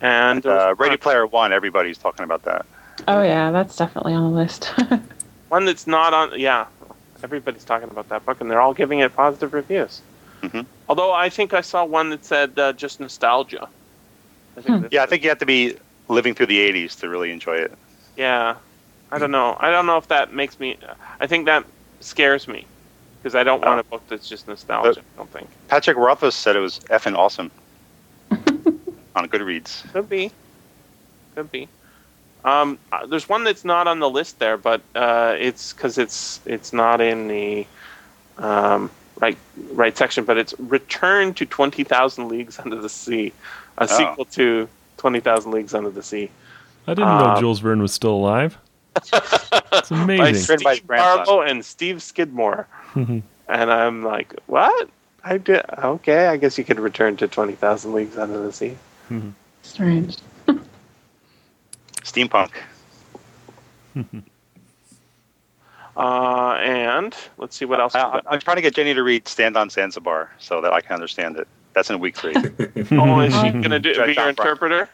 Speaker 2: And
Speaker 3: Uh, Ready Player One. Everybody's talking about that.
Speaker 5: Oh yeah, that's definitely on the list.
Speaker 2: one that's not on. Yeah, everybody's talking about that book, and they're all giving it positive reviews.
Speaker 3: Mhm.
Speaker 2: Although I think I saw one that said uh, just nostalgia. I
Speaker 5: Hmm.
Speaker 2: that's
Speaker 3: Yeah, I
Speaker 2: it.
Speaker 3: think you have to be living through the '80s to really enjoy it.
Speaker 2: Yeah, I don't know. I don't know if that makes me. I think that scares me because I don't want a book that's just nostalgia. I don't think
Speaker 3: Patrick Rothfuss said it was effing awesome on Goodreads.
Speaker 2: could be, could be. Um, uh, there's one that's not on the list there, but uh, it's because it's it's not in the um, right right section. But it's Return to Twenty Thousand Leagues Under the Sea, a
Speaker 3: Oh.
Speaker 2: sequel to Twenty Thousand Leagues Under the Sea.
Speaker 1: I didn't know
Speaker 2: Um,
Speaker 1: Jules Verne was still alive. It's amazing.
Speaker 3: Written by his
Speaker 2: Steve
Speaker 3: grandson.
Speaker 2: Barlow and Steve Skidmore. And I'm like, what? I did. Okay, I guess you could return to 20,000 Leagues Under the Sea.
Speaker 5: Strange.
Speaker 3: Steampunk.
Speaker 2: Uh, and let's see what else.
Speaker 3: I,
Speaker 2: we
Speaker 3: I-
Speaker 2: got.
Speaker 3: I'm trying to get Jenny to read "Stand on Zanzibar" so that I can understand it. That's in week three.
Speaker 2: oh,
Speaker 1: Mm-hmm.
Speaker 2: is
Speaker 1: Uh-huh.
Speaker 2: she going to do be
Speaker 3: Judge
Speaker 2: your
Speaker 3: Opera.
Speaker 2: interpreter?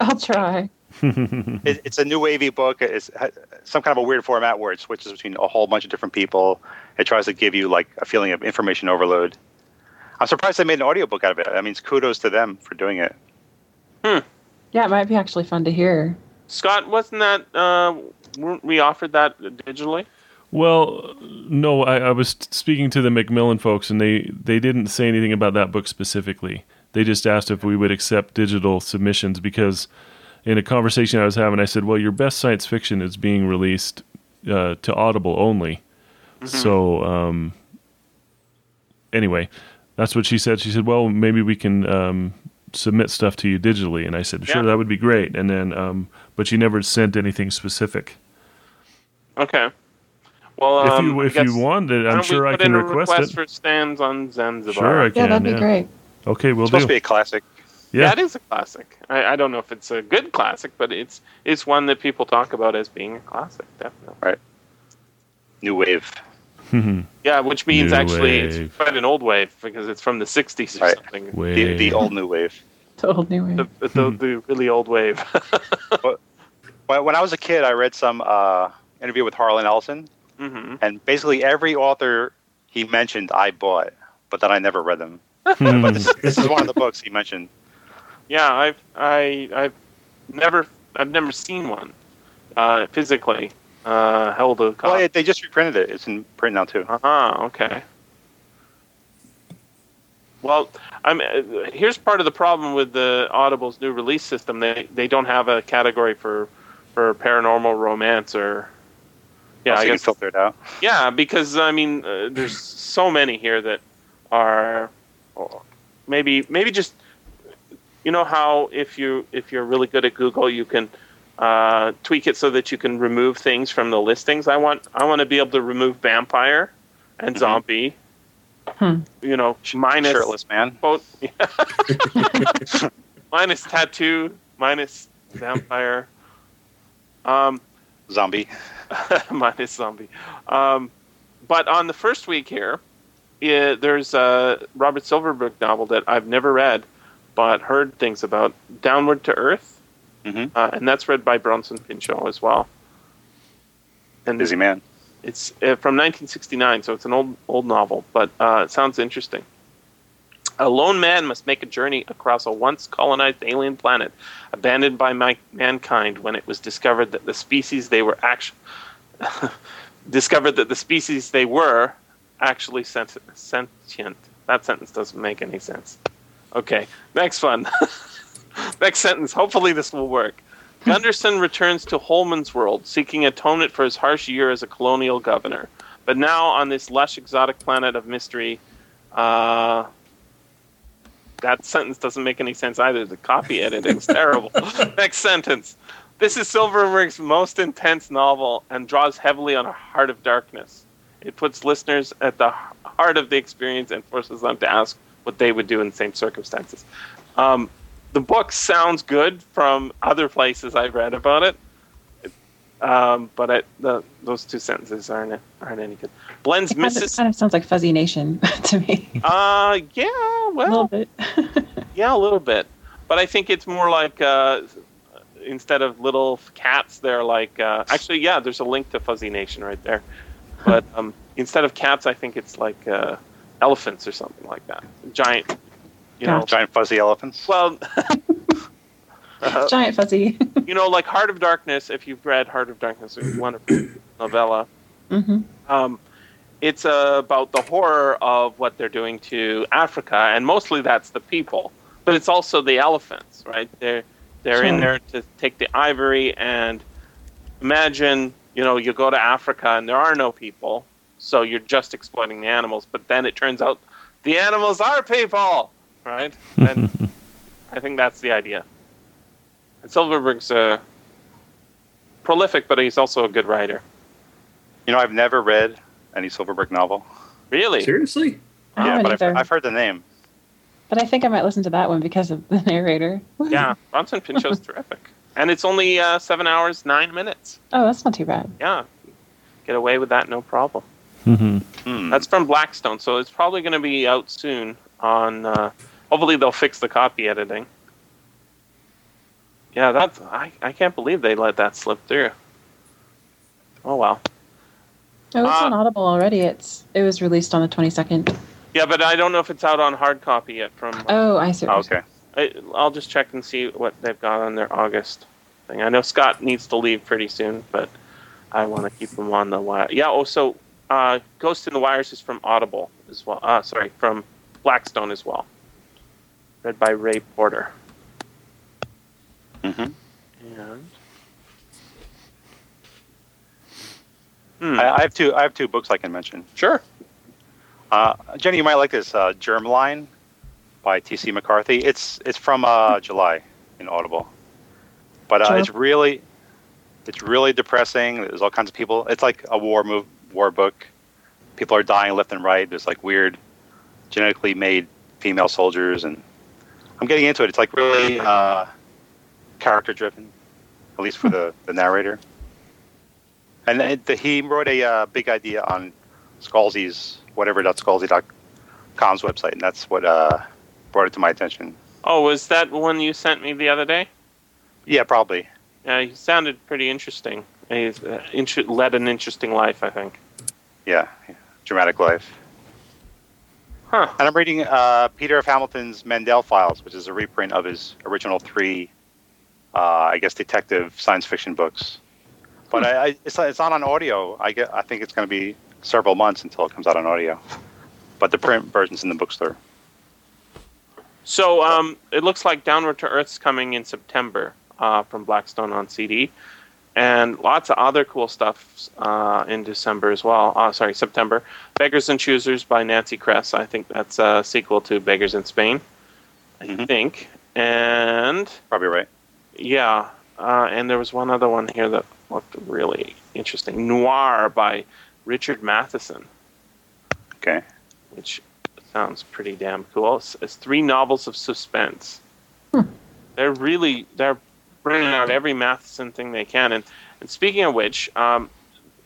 Speaker 5: I'll try.
Speaker 3: it, it's a new wavy book. It's ha- some kind of a weird format where it switches between a whole bunch of different people. It tries to give you like a feeling of information overload. I'm surprised they made an audiobook out of it. I mean, kudos to them for doing it.
Speaker 5: Yeah, it might be actually fun to hear.
Speaker 2: Scott, wasn't that? Uh, weren't we offered that digitally?
Speaker 1: Well, no, I, I was speaking to the Macmillan folks, and they, they didn't say anything about that book specifically. They just asked if we would accept digital submissions because, in a conversation I was having, I said, "Well, your best science fiction is being released uh, to Audible only." So, um, anyway, that's what she said. She said, "Well, maybe we can um, submit stuff to you digitally," and I said, "Sure,
Speaker 2: Yeah.
Speaker 1: that would be great." And then, um, but she never sent anything specific.
Speaker 2: Okay. Well, um, I
Speaker 1: if you if
Speaker 2: guess-
Speaker 1: you want it,
Speaker 2: why
Speaker 1: I'm
Speaker 2: don't we
Speaker 1: sure I
Speaker 2: put
Speaker 1: can
Speaker 2: in a
Speaker 1: request, it.
Speaker 2: for stands on Zanzibar.
Speaker 1: Sure, I
Speaker 5: Yeah,
Speaker 1: can.
Speaker 5: that'd be great.
Speaker 1: Okay, we'll
Speaker 3: It's supposed
Speaker 1: do.
Speaker 3: to be a classic.
Speaker 1: yeah.
Speaker 2: That is a classic. I, I don't know if it's a good classic, but it's it's one that people talk about as being a classic, definitely.
Speaker 3: New wave.
Speaker 1: Hmm.
Speaker 2: Yeah, which means
Speaker 1: New
Speaker 2: actually
Speaker 1: wave.
Speaker 2: it's quite an old wave because it's from the '60s or
Speaker 3: Right.
Speaker 2: something.
Speaker 3: The,
Speaker 1: Wait.
Speaker 3: the old new wave.
Speaker 5: It's old new
Speaker 2: The,
Speaker 5: wave.
Speaker 2: the, the really old wave.
Speaker 3: When when I was a kid, I read some uh, interview with Harlan Ellison,
Speaker 2: hmm
Speaker 3: and basically every author he mentioned, I bought, but then I never read them.
Speaker 1: Hmm.
Speaker 3: But this, this is one of the books he mentioned.
Speaker 2: Yeah, I've I I've never I've never seen one uh, physically uh, held a
Speaker 3: Well,
Speaker 2: copy.
Speaker 3: it, they just reprinted it. It's in print now too.
Speaker 2: Uh huh. Okay. Well, I'm uh, here's part of the problem with the Audible's new release system. They they don't have a category for for paranormal romance or yeah,
Speaker 3: so
Speaker 2: I
Speaker 3: you can
Speaker 2: guess
Speaker 3: filter it out.
Speaker 2: yeah, because I mean, uh, there's so many here that are or maybe maybe just you know how if you if you're really good at Google, you can uh, tweak it so that you can remove things from the listings. I want I want to be able to remove vampire and
Speaker 3: Mhm.
Speaker 2: zombie.
Speaker 5: Hmm.
Speaker 2: You know, minus
Speaker 3: Shirtless man.
Speaker 2: both minus tattoo, minus vampire. Um,
Speaker 3: zombie.
Speaker 2: minus zombie. Um, but on the first week here, eh, there's a Robert Silverberg novel that I've never read, but heard things about, Downward to Earth,
Speaker 3: Mhm.
Speaker 2: uh, and that's read by Bronson Pinchot as well. And
Speaker 3: Busy man.
Speaker 2: it's uh, from 1969, so it's an old old novel, but uh, it sounds interesting. A lone man must make a journey across a once colonized alien planet, abandoned by mi- mankind when it was discovered that the species they were actually discovered that the species they were actually sent- sentient. That sentence doesn't make any sense. Okay, next one. next sentence. Hopefully, this will work. Gunderson returns to Holman's world, seeking atonement for his harsh year as a colonial governor. But now, on this lush, exotic planet of mystery, uh, that sentence doesn't make any sense either. The copy editing's terrible. Next sentence. This is Silverberg's most intense novel and draws heavily on a Heart of Darkness. It puts listeners at the heart of the experience and forces them to ask what they would do in the same circumstances. Um, the book sounds good from other places I've read about it, um, but I, the, those two sentences aren't aren't any good. Blends
Speaker 5: It kind, of,
Speaker 2: Mrs.
Speaker 5: kind of sounds like Fuzzy Nation to me.
Speaker 2: Uh, yeah,
Speaker 5: A
Speaker 2: well,
Speaker 5: little bit.
Speaker 2: Yeah, a little bit, but I think it's more like uh, instead of little cats, they're like uh, actually, yeah. There's a link to Fuzzy Nation right there, but um, instead of cats, I think it's like uh, elephants or something like that. Giant, you know.
Speaker 3: Giant fuzzy elephants.
Speaker 2: Well, uh,
Speaker 5: Giant Fuzzy.
Speaker 2: you know, like Heart of Darkness. If you've read Heart of Darkness, it's a wonderful novella.
Speaker 5: hmm
Speaker 2: Um, it's uh, about the horror of what they're doing to Africa, and mostly that's the people, but it's also the elephants, right? They're they're in
Speaker 5: Sure.
Speaker 2: there to take the ivory, and imagine you know you go to Africa and there are no people, so you're just exploiting the animals. But then it turns out the animals are people, right? And I think that's the idea. And Silverberg's uh, prolific, but he's also a good writer.
Speaker 3: You know, I've never read any Silverberg novel.
Speaker 2: Really?
Speaker 4: Seriously?
Speaker 5: I
Speaker 3: yeah,
Speaker 5: haven't
Speaker 3: but I've,
Speaker 5: either.
Speaker 3: I've heard the name.
Speaker 5: But I think I might listen to that one because of the narrator. Woo.
Speaker 2: Yeah, Bronson Pinchot's terrific. And it's only uh, seven hours, nine minutes.
Speaker 5: Oh, that's not too bad.
Speaker 2: Yeah. Get away with that, no problem.
Speaker 1: Mm-hmm.
Speaker 3: Hmm.
Speaker 2: That's from Blackstone, so it's probably going to be out soon on. Uh, hopefully, they'll fix the copy editing. Yeah, that's. I, I can't believe they let that slip through. Oh, wow.
Speaker 5: Oh, it's
Speaker 2: Uh,
Speaker 5: on Audible already. It's it was released on the twenty second.
Speaker 2: Yeah, but I don't know if it's out on hard copy yet from. uh,
Speaker 5: Oh, I see.
Speaker 3: Oh, okay.
Speaker 2: I, I'll just check and see what they've got on their August thing. I know Scott needs to leave pretty soon, but I want to keep him on the wire. Yeah. Oh, so uh, Ghost in the Wires is from Audible as well. Uh, sorry, from Blackstone as well. Read by Ray Porter.
Speaker 3: hmm
Speaker 2: And Hmm,
Speaker 3: I, I have two. I have two books I can mention.
Speaker 2: sure.
Speaker 3: Uh, Jenny, you might like this. Uh, Germline by T.C. McCarthy. It's it's from uh, July in Audible, but uh,
Speaker 5: Sure.
Speaker 3: it's really it's really depressing. There's all kinds of people. It's like a war move war book. People are dying left and right. There's like weird genetically made female soldiers, and I'm getting into it. It's like really uh, character driven, at least for the, the narrator. And it, the, he wrote a uh, big idea on Scalzi's whatever dot Scalzi dot com's website, and that's what uh, brought it to my attention.
Speaker 2: Oh, was that one you sent me the other day?
Speaker 3: Yeah, probably.
Speaker 2: Yeah, he sounded pretty interesting. He's uh, inter- led an interesting life, I think.
Speaker 3: Yeah, yeah. dramatic life.
Speaker 2: Huh.
Speaker 3: And I'm reading uh, Peter F. Hamilton's Mandel Files, which is a reprint of his original three, uh, I guess, detective science fiction books.
Speaker 2: Hmm.
Speaker 3: But I, I, it's, it's not on audio. I, get, I think it's going to be several months until it comes out on audio. But the print version's in the bookstore.
Speaker 2: So um, it looks like Downward to Earth's coming in September uh, from Blackstone on CD, and lots of other cool stuff uh, in December as well. Uh, sorry, September. Beggars and Choosers by Nancy Kress. I think that's a sequel to Beggars in Spain. I
Speaker 3: Mhm.
Speaker 2: think, and
Speaker 3: Probably right.
Speaker 2: yeah, uh, and there was one other one here that looked really interesting. Noir by Richard Matheson
Speaker 3: Okay.
Speaker 2: which sounds pretty damn cool. It's, it's three novels of suspense. They're really they're bringing out every Matheson thing they can. And and speaking of which, um,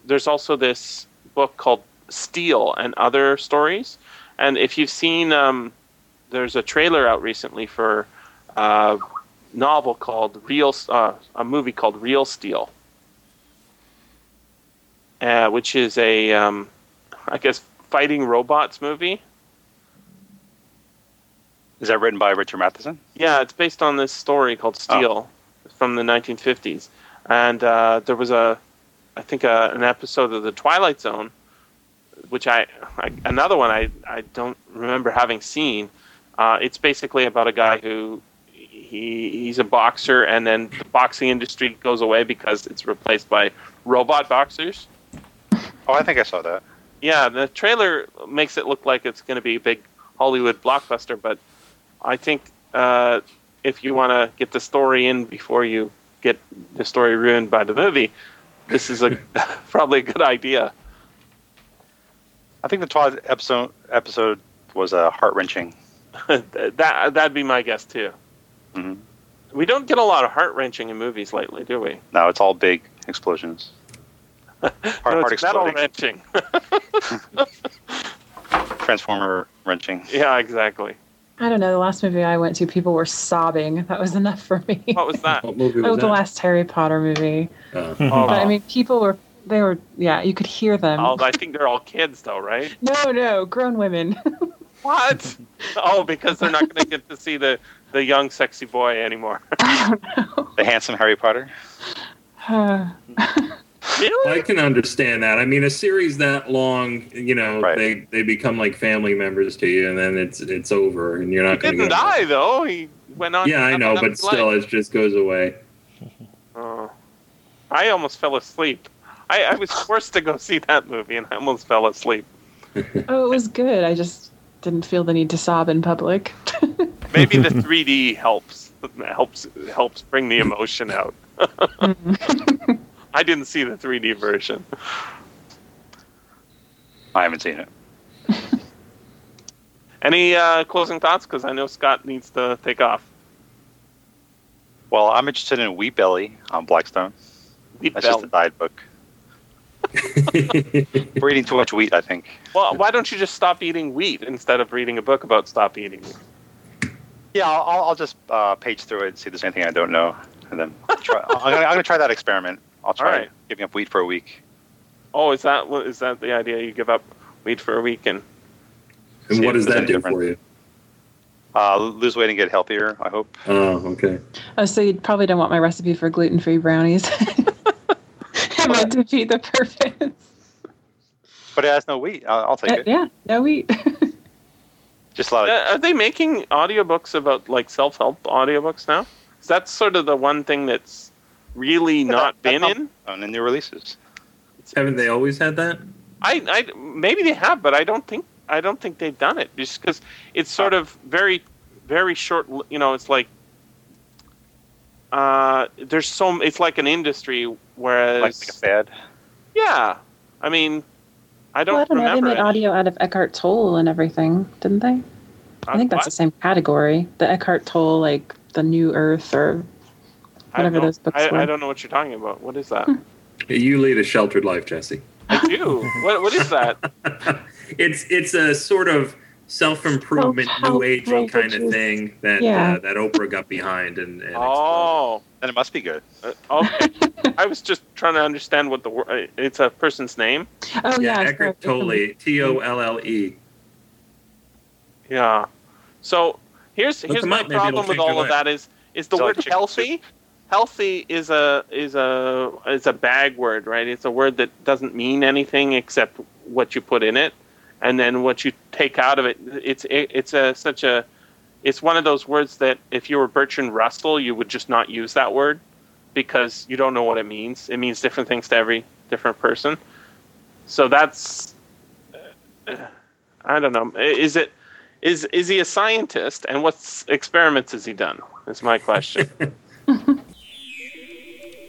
Speaker 2: there's also this book called Steel and Other Stories. And if you've seen, um, there's a trailer out recently for a novel called Real, uh, a movie called Real Steel, uh, which is a um, I guess fighting robots movie.
Speaker 3: Is that written by Richard Matheson?
Speaker 2: Yeah, it's based on this story called Steel from the 1950s, and uh, there was a I think uh, an episode of the Twilight Zone, which I, I another one I, I don't remember having seen. Uh, it's basically about a guy who he, he's a boxer, and then the boxing industry goes away because it's replaced by robot boxers.
Speaker 3: Oh, I think I saw that.
Speaker 2: Yeah, the trailer makes it look like it's going to be a big Hollywood blockbuster, but I think uh, if you want to get the story in before you get the story ruined by the movie, this is a probably a good idea.
Speaker 3: I think the Todd episode episode was uh, heart wrenching.
Speaker 2: that that'd be my guess too.
Speaker 3: hmm
Speaker 2: We don't get a lot of heart wrenching in movies lately, do we?
Speaker 3: No, it's all big explosions. Heart,
Speaker 2: No,
Speaker 3: heart
Speaker 2: it's metal
Speaker 3: exploding.
Speaker 2: wrenching.
Speaker 3: Transformer wrenching.
Speaker 2: yeah, exactly.
Speaker 5: I don't know. The last movie I went to, people were sobbing. That was enough for me.
Speaker 2: What was that?
Speaker 4: What movie was
Speaker 5: oh, the
Speaker 4: that?
Speaker 5: last Harry Potter movie.
Speaker 4: Uh,
Speaker 2: Oh,
Speaker 5: But I mean, people were, they were, yeah, you could hear them.
Speaker 2: oh, I think they're all kids though, right?
Speaker 5: No, no, grown women.
Speaker 2: What? oh, because they're not going to get to see the the young sexy boy anymore.
Speaker 5: I don't know.
Speaker 3: The handsome Harry Potter.
Speaker 5: Uh,
Speaker 2: really?
Speaker 4: Uh, I can understand that. I mean, a series that long, you know,
Speaker 3: Right.
Speaker 4: they they become like family members to you, and then it's it's over, and you're
Speaker 2: He
Speaker 4: not going to
Speaker 2: didn't die though. He went on.
Speaker 4: Yeah, I
Speaker 2: to
Speaker 4: know,
Speaker 2: have
Speaker 4: but
Speaker 2: another
Speaker 4: still,
Speaker 2: life.
Speaker 4: it just goes away.
Speaker 2: Oh. I almost fell asleep. I, I was forced to go see that movie, and I almost fell asleep.
Speaker 5: oh, it was good. I just didn't feel the need to sob in public.
Speaker 2: Maybe the 3D helps helps helps bring the emotion out. I didn't see the 3D version.
Speaker 3: I haven't seen it.
Speaker 2: Any uh, closing thoughts? Because I know Scott needs to take off.
Speaker 3: Well, I'm interested in Wheat Belly on Blackstone.
Speaker 2: Deep
Speaker 3: That's
Speaker 2: bell.
Speaker 3: just a diet book. We're eating too much wheat, I think.
Speaker 2: Well, why don't you just stop eating wheat instead of reading a book about stop eating wheat?
Speaker 3: Yeah, I'll, I'll- I'll just uh, page through it and see if there's anything I don't know, and then try, I'm, gonna, I'm gonna try that experiment. I'll try
Speaker 2: right.
Speaker 3: giving up wheat for a week.
Speaker 2: Oh, is that what is that the idea? You give up wheat for a week and
Speaker 4: And
Speaker 3: See
Speaker 4: what
Speaker 3: if
Speaker 4: does
Speaker 3: there's
Speaker 4: that
Speaker 3: any
Speaker 4: do
Speaker 3: difference.
Speaker 4: for you?
Speaker 3: Uh, lose weight and get healthier. I hope.
Speaker 4: Oh, okay.
Speaker 5: oh, so you probably don't want my recipe for gluten free brownies. it might defeat the purpose.
Speaker 3: But it has no wheat. I'll, I'll take
Speaker 5: Uh,
Speaker 3: it.
Speaker 5: yeah, no wheat.
Speaker 3: Just a lot of
Speaker 2: Uh, are they making audiobooks about like self-help audiobooks now? 'Cause That's sort of the one thing that's really not
Speaker 3: that-
Speaker 2: been
Speaker 3: that-
Speaker 2: in.
Speaker 3: on the new releases.
Speaker 4: Haven't they always had that?
Speaker 2: I, I maybe they have, but I don't think I don't think they've done it just because it's sort of very very short. You know, it's like uh, there's so it's like an industry, whereas
Speaker 3: Like, like a fad.
Speaker 2: yeah, I mean, I don't
Speaker 5: well, I don't know. They
Speaker 2: remember.
Speaker 5: made
Speaker 2: it.
Speaker 5: audio out of Eckhart Tolle and everything, didn't they? I think that's the
Speaker 2: what?
Speaker 5: same category. The Eckhart Tolle, like the New Earth, or
Speaker 2: I
Speaker 5: whatever
Speaker 2: don't-
Speaker 5: those books
Speaker 2: I,
Speaker 5: were.
Speaker 2: I don't know what you're talking about. What is that?
Speaker 4: You lead a sheltered life, Jesse.
Speaker 2: I do. What what is that?
Speaker 4: it's it's a sort of self improvement,
Speaker 5: Self-help
Speaker 4: new agey kind of
Speaker 5: languages.
Speaker 4: thing that
Speaker 5: Yeah.
Speaker 4: uh, that Oprah got behind and, and
Speaker 2: Oh.
Speaker 3: Then it must be good.
Speaker 2: Uh, okay. I was just trying to understand what the word. It's a person's name.
Speaker 5: oh
Speaker 4: exploded.
Speaker 5: yeah,
Speaker 4: yeah,
Speaker 5: I
Speaker 4: Eckhart
Speaker 5: saw
Speaker 4: Tolle,
Speaker 5: it.
Speaker 4: T O L L E.
Speaker 2: Yeah. So here's
Speaker 4: Look
Speaker 2: here's
Speaker 4: them
Speaker 2: my
Speaker 4: up, maybe it'll
Speaker 2: problem with
Speaker 4: change your
Speaker 2: all of
Speaker 4: life.
Speaker 2: that is is the
Speaker 3: It's like
Speaker 2: word
Speaker 3: chicken
Speaker 2: healthy. Healthy is a is a is a bag word, right? It's a word that doesn't mean anything except what you put in it, and then what you take out of it. It's it, it's a such a it's one of those words that if you were Bertrand Russell, you would just not use that word because you don't know what it means. It means different things to every different person. So that's uh, I don't know. Is it is is he a scientist and what s- experiments has he done? Is my question.